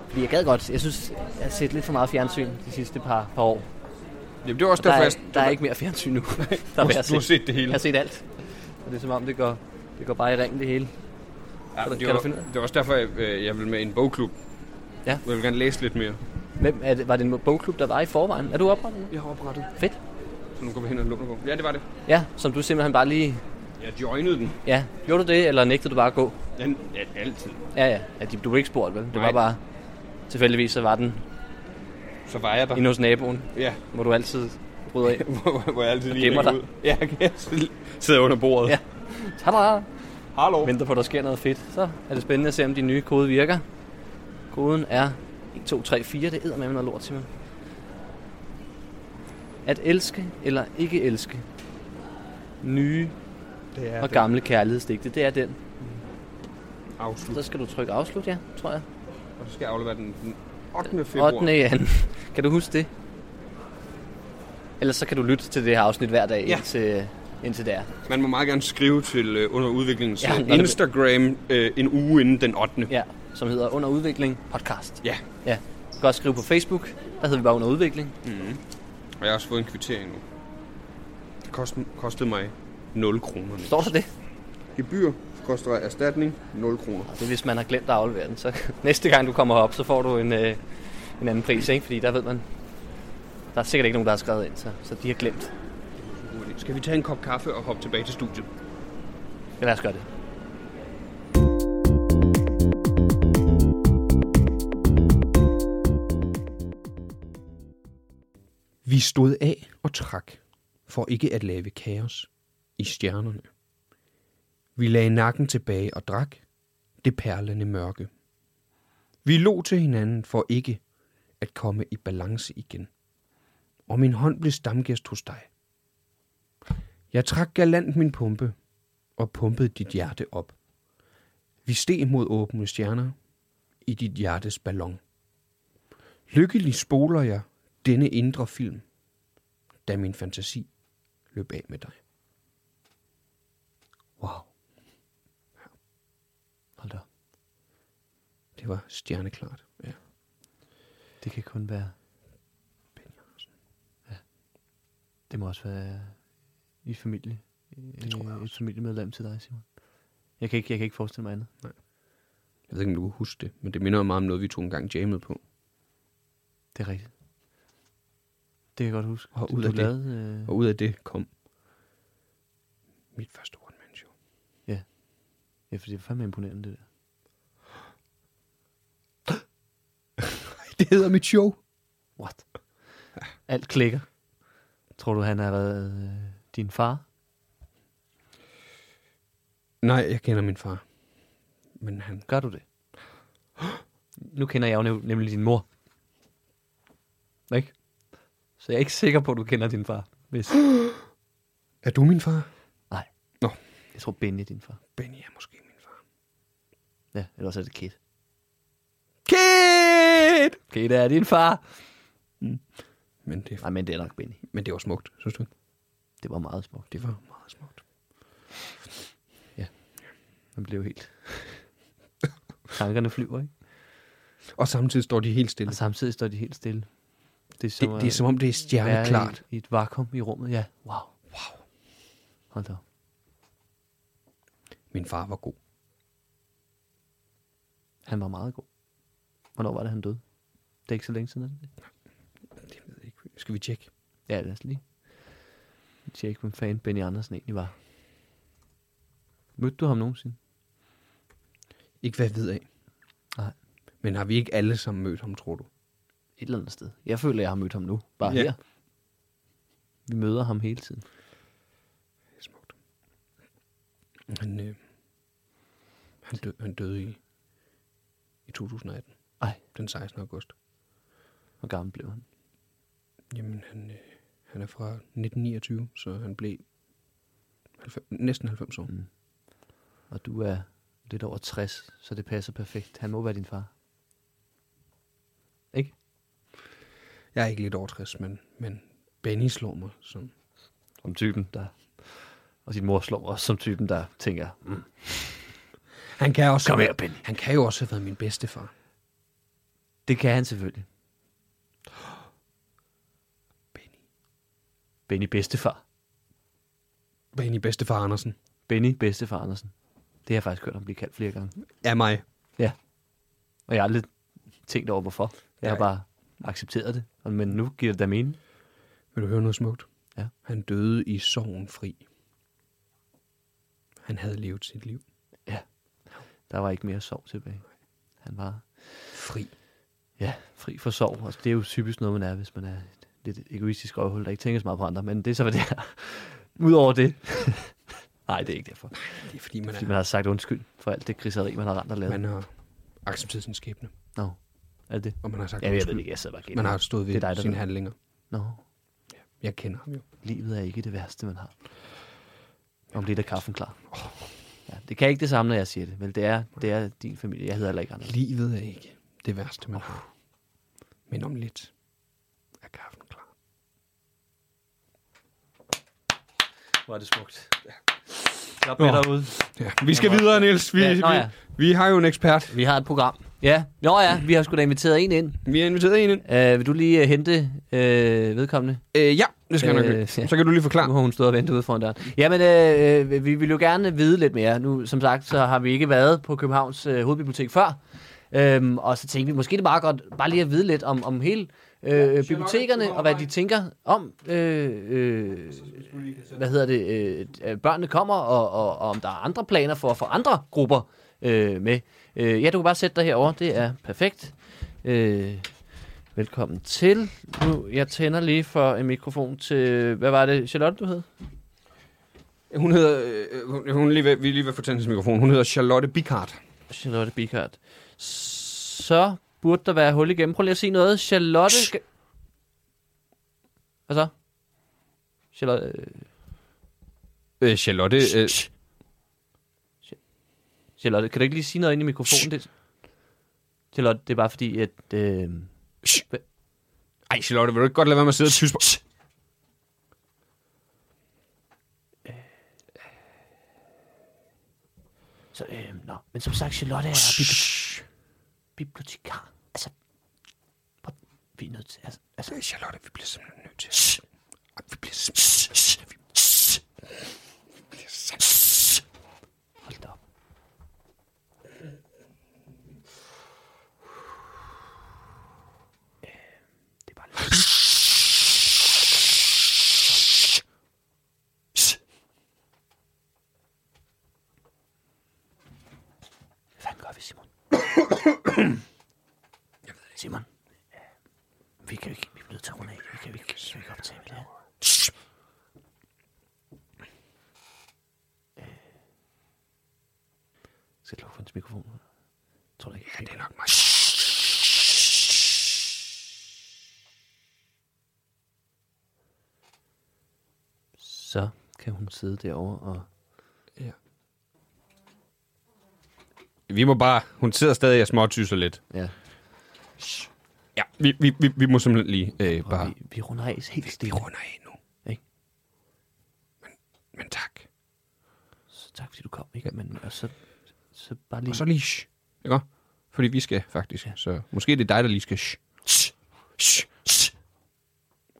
Speaker 2: Fordi jeg gad godt. Jeg synes, jeg har set lidt for meget fjernsyn de sidste par, par år.
Speaker 4: Jamen, det var også
Speaker 2: Der
Speaker 4: derfor,
Speaker 2: er,
Speaker 4: jeg...
Speaker 2: der er ikke mere fjernsyn nu. [LAUGHS] der
Speaker 4: du har set det hele.
Speaker 2: Jeg har set alt. Og det er som om, det går, det går bare i ringen det hele.
Speaker 4: Ja,
Speaker 2: kan du-
Speaker 4: det,
Speaker 2: kan
Speaker 4: var,
Speaker 2: du finde ud af?
Speaker 4: det var også derfor, jeg, øh, jeg ville med i en bogklub.
Speaker 2: Ja.
Speaker 4: Jeg vil gerne læse lidt mere.
Speaker 2: Hvem er det, var det en bogklub, der var i forvejen? Er du oprettet? nu?
Speaker 4: Jeg har oprettet.
Speaker 2: Fedt.
Speaker 4: Så nu går vi hen og låner bogen. Ja, det var det.
Speaker 2: Ja, som du simpelthen bare lige...
Speaker 4: Jeg joinede den.
Speaker 2: Ja, gjorde du det, eller nægtede du bare at gå?
Speaker 4: Den, ja, altid.
Speaker 2: Ja, ja. ja de, du blev ikke spurgt, vel? Det
Speaker 4: Nej.
Speaker 2: var bare... Tilfældigvis så var den
Speaker 4: Så var
Speaker 8: [LAUGHS]
Speaker 4: jeg der.
Speaker 2: inde hos naboen,
Speaker 4: Ja,
Speaker 2: hvor du altid bryder
Speaker 9: [LAUGHS]
Speaker 2: af.
Speaker 4: hvor, hvor jeg altid lige
Speaker 8: [LAUGHS]
Speaker 2: gemmer
Speaker 4: ringer
Speaker 2: dig.
Speaker 4: ud. Ja, jeg sidder under bordet.
Speaker 2: Ja. Tada!
Speaker 9: Hallo. Men...
Speaker 2: Venter på, at der sker noget fedt. Så er det spændende at se, om de nye kode virker. Koden er 1, 2, 3, 4. Det æder med noget lort til mig. At elske eller ikke elske. Nye
Speaker 9: Det er
Speaker 2: og
Speaker 9: den
Speaker 2: gamle kærlighedsdigte. Det er den.
Speaker 8: Afslut.
Speaker 2: Så skal du trykke afslut, ja, tror jeg.
Speaker 8: Og så skal jeg aflevere den, den 8. februar.
Speaker 2: 8. i anden. Kan du huske det? Ellers så kan du lytte til det her afsnit hver dag ja.
Speaker 8: Ja.
Speaker 2: indtil, indtil der.
Speaker 8: Man må meget gerne skrive til øh, under udviklingens
Speaker 2: Ja,
Speaker 8: ja,
Speaker 2: når det-
Speaker 8: Instagram øh, en uge inden den 8.
Speaker 2: Ja, som hedder Under Udvikling Podcast.
Speaker 8: Ja,
Speaker 2: Ja. Du kan også skrive på Facebook. Der hedder vi bare Under Udvikling.
Speaker 8: og jeg har også fået en kvittering nu. Det kost, kostede mig 0 kroner.
Speaker 2: Står der det?
Speaker 8: Gebyr koster erstatning 0 kroner.
Speaker 2: Og det er, hvis man har glemt at aflevere den. Så [LAUGHS] næste gang du kommer op, så får du en, øh, en anden pris, ikke? Fordi der ved man, der er sikkert ikke nogen, der har skrevet ind, så, så de har glemt.
Speaker 8: Skal vi tage en kop kaffe og hoppe tilbage til studiet?
Speaker 2: Men lad os gøre det.
Speaker 4: Vi stod af og trak, for ikke at lave kaos i stjernerne. Vi lagde nakken tilbage og drak det perlende mørke. Vi lå til hinanden for ikke at komme i balance igen. Og min hånd blev stamgæst hos dig. Jeg trak galant min pumpe og pumpede dit hjerte op. Vi steg mod åbne stjerner i dit hjertes ballon. Lykkelig spoler jeg denne indre film, da min fantasi løb af med dig. Wow,
Speaker 2: Hold da op.
Speaker 4: det var stjerneklart. Ja.
Speaker 2: Det kan kun være... Ja. Det må også være i familie. Det tror jeg Et familiemedlem til dig, Simon. Jeg kan, ikke, jeg kan ikke forestille mig andet.
Speaker 4: Jeg ved ikke, om du kan huske det, men det minder meget om noget, vi tog engang jammet på.
Speaker 2: Det er rigtigt. Det kan jeg godt huske.
Speaker 4: Og
Speaker 2: Du-
Speaker 4: ud
Speaker 2: du
Speaker 4: af det-
Speaker 2: lavede, øh,
Speaker 4: Og ud af det kom mit første one-man show.
Speaker 2: Ja, for det er fandme imponerende, det der.
Speaker 4: Det hedder mit show.
Speaker 2: What? Alt klikker. Tror du, han har været øh, din far?
Speaker 4: Nej, jeg kender min far. Men han...
Speaker 2: Gør du det? Nu kender jeg jo nem- nemlig din mor. Ikke? Så jeg er ikke sikker på, at du kender din far. Hvis...
Speaker 4: Er du min far?
Speaker 2: [GASPS] Nej.
Speaker 4: Nå.
Speaker 2: Jeg tror, Benny er din far.
Speaker 4: Benny er måske min far.
Speaker 2: Ja, eller også er det Kid.
Speaker 4: Kid!
Speaker 2: Kid er din far.
Speaker 4: Men det,
Speaker 2: Nej, men det er nok Benny.
Speaker 4: men det var smukt, synes du ikke?
Speaker 2: Det var meget smukt.
Speaker 4: Det var meget smukt.
Speaker 2: Man blev helt... Tankerne flyver, ikke?
Speaker 4: Og samtidig står de helt stille.
Speaker 2: Og samtidig står de helt stille. Det er som,
Speaker 4: Det, det er
Speaker 2: at
Speaker 4: som om, det er
Speaker 2: være
Speaker 4: stjerneklart.
Speaker 2: I, i et vakuum i rummet. Ja, wow. Wow. Hold da op.
Speaker 4: Min far var god.
Speaker 2: Han var meget god. Hvornår var det, han døde? Det er ikke så længe siden, er det det?
Speaker 4: Det ved jeg ikke. Skal vi tjekke?
Speaker 2: Ja, lad os lige tjekke, hvem fanden Benny Andersen egentlig var. Mødte du ham nogensinde?
Speaker 4: Ikke hvad jeg ved af.
Speaker 2: Nej.
Speaker 4: Men har vi ikke alle sammen mødt ham, tror du?
Speaker 2: Et eller andet sted. Jeg føler, jeg har mødt ham nu. Bare
Speaker 4: Ja.
Speaker 2: her. Vi møder ham hele tiden.
Speaker 4: Det er smukt.
Speaker 2: Mm.
Speaker 4: Han, øh, han, dø, han døde i, i 2018,
Speaker 2: Ej,
Speaker 4: den 16. august.
Speaker 2: hvor gammel blev han?
Speaker 4: Jamen, han, øh, han er fra 1929, så han blev 90, næsten 90 år. Mm.
Speaker 2: Og du er lidt over 60, så det passer perfekt. Han må være din far. Ikke?
Speaker 4: Jeg er ikke lidt over 60, men, men Benny slår mig som...
Speaker 2: Som typen, der... Og sin mor slår mig også som typen, der tænker, mm,
Speaker 4: Han kan, også
Speaker 2: Kom her, Benny.
Speaker 4: han kan jo også have været min bedstefar.
Speaker 2: det kan han selvfølgelig.
Speaker 4: Benny.
Speaker 2: Benny bedstefar.
Speaker 4: Benny bedstefar Andersen.
Speaker 2: Benny bedstefar Andersen. Det har jeg faktisk hørt om blive kaldt flere gange.
Speaker 4: Af mig.
Speaker 2: Ja. Og jeg har aldrig tænkt over, hvorfor. Jeg har
Speaker 4: Ja.
Speaker 2: bare accepteret det. Og- Men nu giver det da mening.
Speaker 4: Vil du høre noget smukt?
Speaker 2: Ja.
Speaker 4: Han døde i sorgen fri. Han havde levet sit liv
Speaker 2: Der var ikke mere sorg tilbage. Han var
Speaker 4: fri.
Speaker 2: ja, fri for sorg. Og det er jo typisk noget, man er, hvis man er et [LAUGHS] lidt egoistisk røvhul, der ikke tænker så meget på andre. Men det er så, hvad det er. Udover det, [LAUGHS] Nej, det er ikke derfor.
Speaker 4: Det er fordi, man,
Speaker 2: Fordi
Speaker 4: er,
Speaker 2: man har sagt undskyld for alt det griseri, man har rent og lavet.
Speaker 4: man har accepteret sin skæbne,
Speaker 2: Nå, er det det?
Speaker 4: og man har sagt
Speaker 2: Ja, jeg ved
Speaker 4: undskyld.
Speaker 2: det ikke, jeg sidder bare igen.
Speaker 4: Man har stået ved
Speaker 2: Det er dig, der
Speaker 4: sine
Speaker 2: ved.
Speaker 4: handlinger.
Speaker 2: Nå,
Speaker 4: Jeg kender ham jo.
Speaker 2: livet er ikke det værste, man har. Om lidt er kaffen klar. Ja, det kan ikke det samme, når jeg siger det. Vel, det er, det er din familie. Jeg hedder heller ikke andet.
Speaker 4: Livet er ikke det værste, man har. Men om lidt er kaffen klar.
Speaker 2: Hvor er det smukt. Jeg er bedre ude.
Speaker 4: Ja. Vi skal videre, Niels. Vi,
Speaker 2: øh, Ja, nå ja.
Speaker 4: vi, vi har jo en ekspert.
Speaker 2: Vi har et program. Ja, nå ja, vi har sgu da inviteret en ind.
Speaker 4: Vi har inviteret en ind.
Speaker 2: Uh, vil du lige uh, hente uh, vedkommende?
Speaker 4: Øh, ja, det skal jeg nok
Speaker 2: Øh,
Speaker 4: gøre.
Speaker 2: ja.
Speaker 4: Så kan du lige forklare.
Speaker 2: Nu har hun stået og ventet ude foran døren. Jamen, øh, øh, vi vil jo gerne vide lidt mere. Nu, som sagt, så har vi ikke været på Københavns øh, Hovedbibliotek før. Øhm, og så tænkte vi, måske er det meget godt bare lige at vide lidt om, om hele øh, bibliotekerne, og hvad de tænker om, øh, øh, hvad hedder det, øh, øh, børnene kommer, og, og, og om der er andre planer for at få andre grupper øh, med. Øh, ja, du kan bare sætte dig herover, det er perfekt. Øh, Velkommen til. Nu, jeg tænder lige for en mikrofon til, hvad var det, Charlotte, du hed?
Speaker 4: Hun hedder, øh, hun, hun er lige ved, vi er lige ved at få tændt hendes mikrofon. Hun hedder Charlotte Bicart.
Speaker 2: Charlotte Bikart. Så burde der være hul igennem. Prøv lige at sige noget. Charlotte... Shh. Hvad så? Charlotte... Øh,
Speaker 4: Øh, Charlotte, øh,
Speaker 2: Charlotte, kan du ikke lige sige noget ind i mikrofonen? Det... Charlotte, det er bare fordi, at... Øh...
Speaker 4: ej Charlotte, vil du ikke godt lade være med at sidde og tyse på?
Speaker 2: Så, øh, nå. Men som sagt, Charlotte er bibli- bibliotekar. Altså, prøv, vi er nødt til... Altså, altså,
Speaker 4: Øh, Charlotte, vi bliver simpelthen nødt til. at- Ej, Vi bliver simpelthen... vi-
Speaker 2: Hold da op. Øh, det er bare lidt- Hvad fanden gør vi, [COUGHS] Simon? Simon, øh, vi kan jo ikke, vi er nødt til at runde af. Vi kan jo ikke, vi kan jo ikke optage med det her. Øh. Skal jeg lukke for hans mikrofon? Tror du ikke? Ja, det er nok mig. Så kan hun sidde derovre og...
Speaker 4: Vi må bare... Hun sidder stadig og småtyser lidt.
Speaker 2: Ja,
Speaker 4: Ja, vi, vi, vi, vi må simpelthen lige øh,
Speaker 2: og
Speaker 4: bare...
Speaker 2: vi, vi runder af helt stille.
Speaker 4: runder af nu.
Speaker 2: Ikke?
Speaker 4: Men tak.
Speaker 2: Så tak fordi du kom, ikke? Men, og så, så bare lige...
Speaker 4: Og så lige... Shh. Ikke også? Fordi vi skal faktisk. Så måske det er dig, der lige skal... Shh. Shh. Shh. Shh.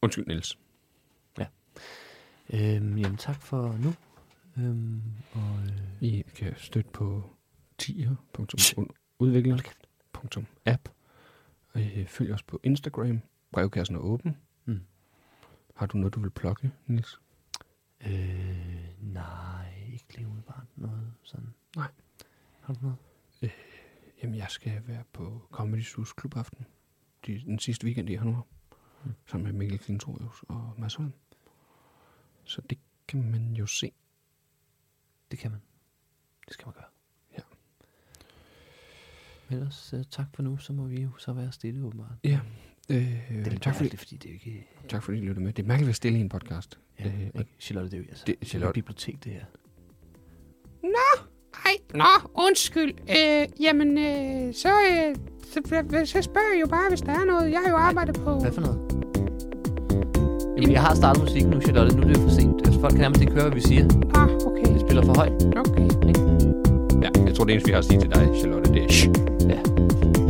Speaker 4: Undskyld, Niels.
Speaker 2: Øhm, jamen tak for nu. Øhm, og, øh,
Speaker 4: I kan støtte på tier.udvikling.app. Og I følg os på Instagram. Brevkassen er åben.
Speaker 2: Mm.
Speaker 4: Har du noget, du vil plukke, Niels?
Speaker 2: øh, nej, ikke lige umiddelbart noget sådan.
Speaker 4: Nej.
Speaker 2: Har du noget?
Speaker 4: Jamen, jeg skal være på Comedy Sus Klubaften de, den sidste weekend i januar. Mm. Sammen med Mikkel Klintorius og Mads Holm. Så det kan man jo se.
Speaker 2: Det kan man. Det skal man gøre.
Speaker 4: Ja.
Speaker 2: Men ellers, øh, tak for nu, så må vi jo så være stille åbenbart.
Speaker 4: Ja. Øh, det tak, fordi,
Speaker 2: det, fordi det er jo ikke...
Speaker 4: tak fordi I lyttede med. Det er mærkeligt at være stille i en podcast.
Speaker 2: Ja,
Speaker 4: Øh,
Speaker 2: øh, ikke. Charlotte, det er jo altså,
Speaker 4: det-
Speaker 2: det, Charlotte.
Speaker 4: Charlotte-
Speaker 2: Det er et bibliotek, det her.
Speaker 9: Ej, nå, undskyld. Øh, jamen, øh, så, øh, så, så spørger jeg jo bare, hvis der er noget. Jeg har jo arbejdet på...
Speaker 2: Hvad for noget? Jamen, jeg har startet musikken nu, Charlotte. Nu er det jo for sent. Altså, folk kan nærmest ikke høre, hvad vi siger.
Speaker 9: Ah, okay,
Speaker 2: Vi spiller for højt.
Speaker 9: okay.
Speaker 4: Ja, jeg tror, det eneste, vi har at sige til dig, Charlotte, det er... Shh.
Speaker 2: Ja.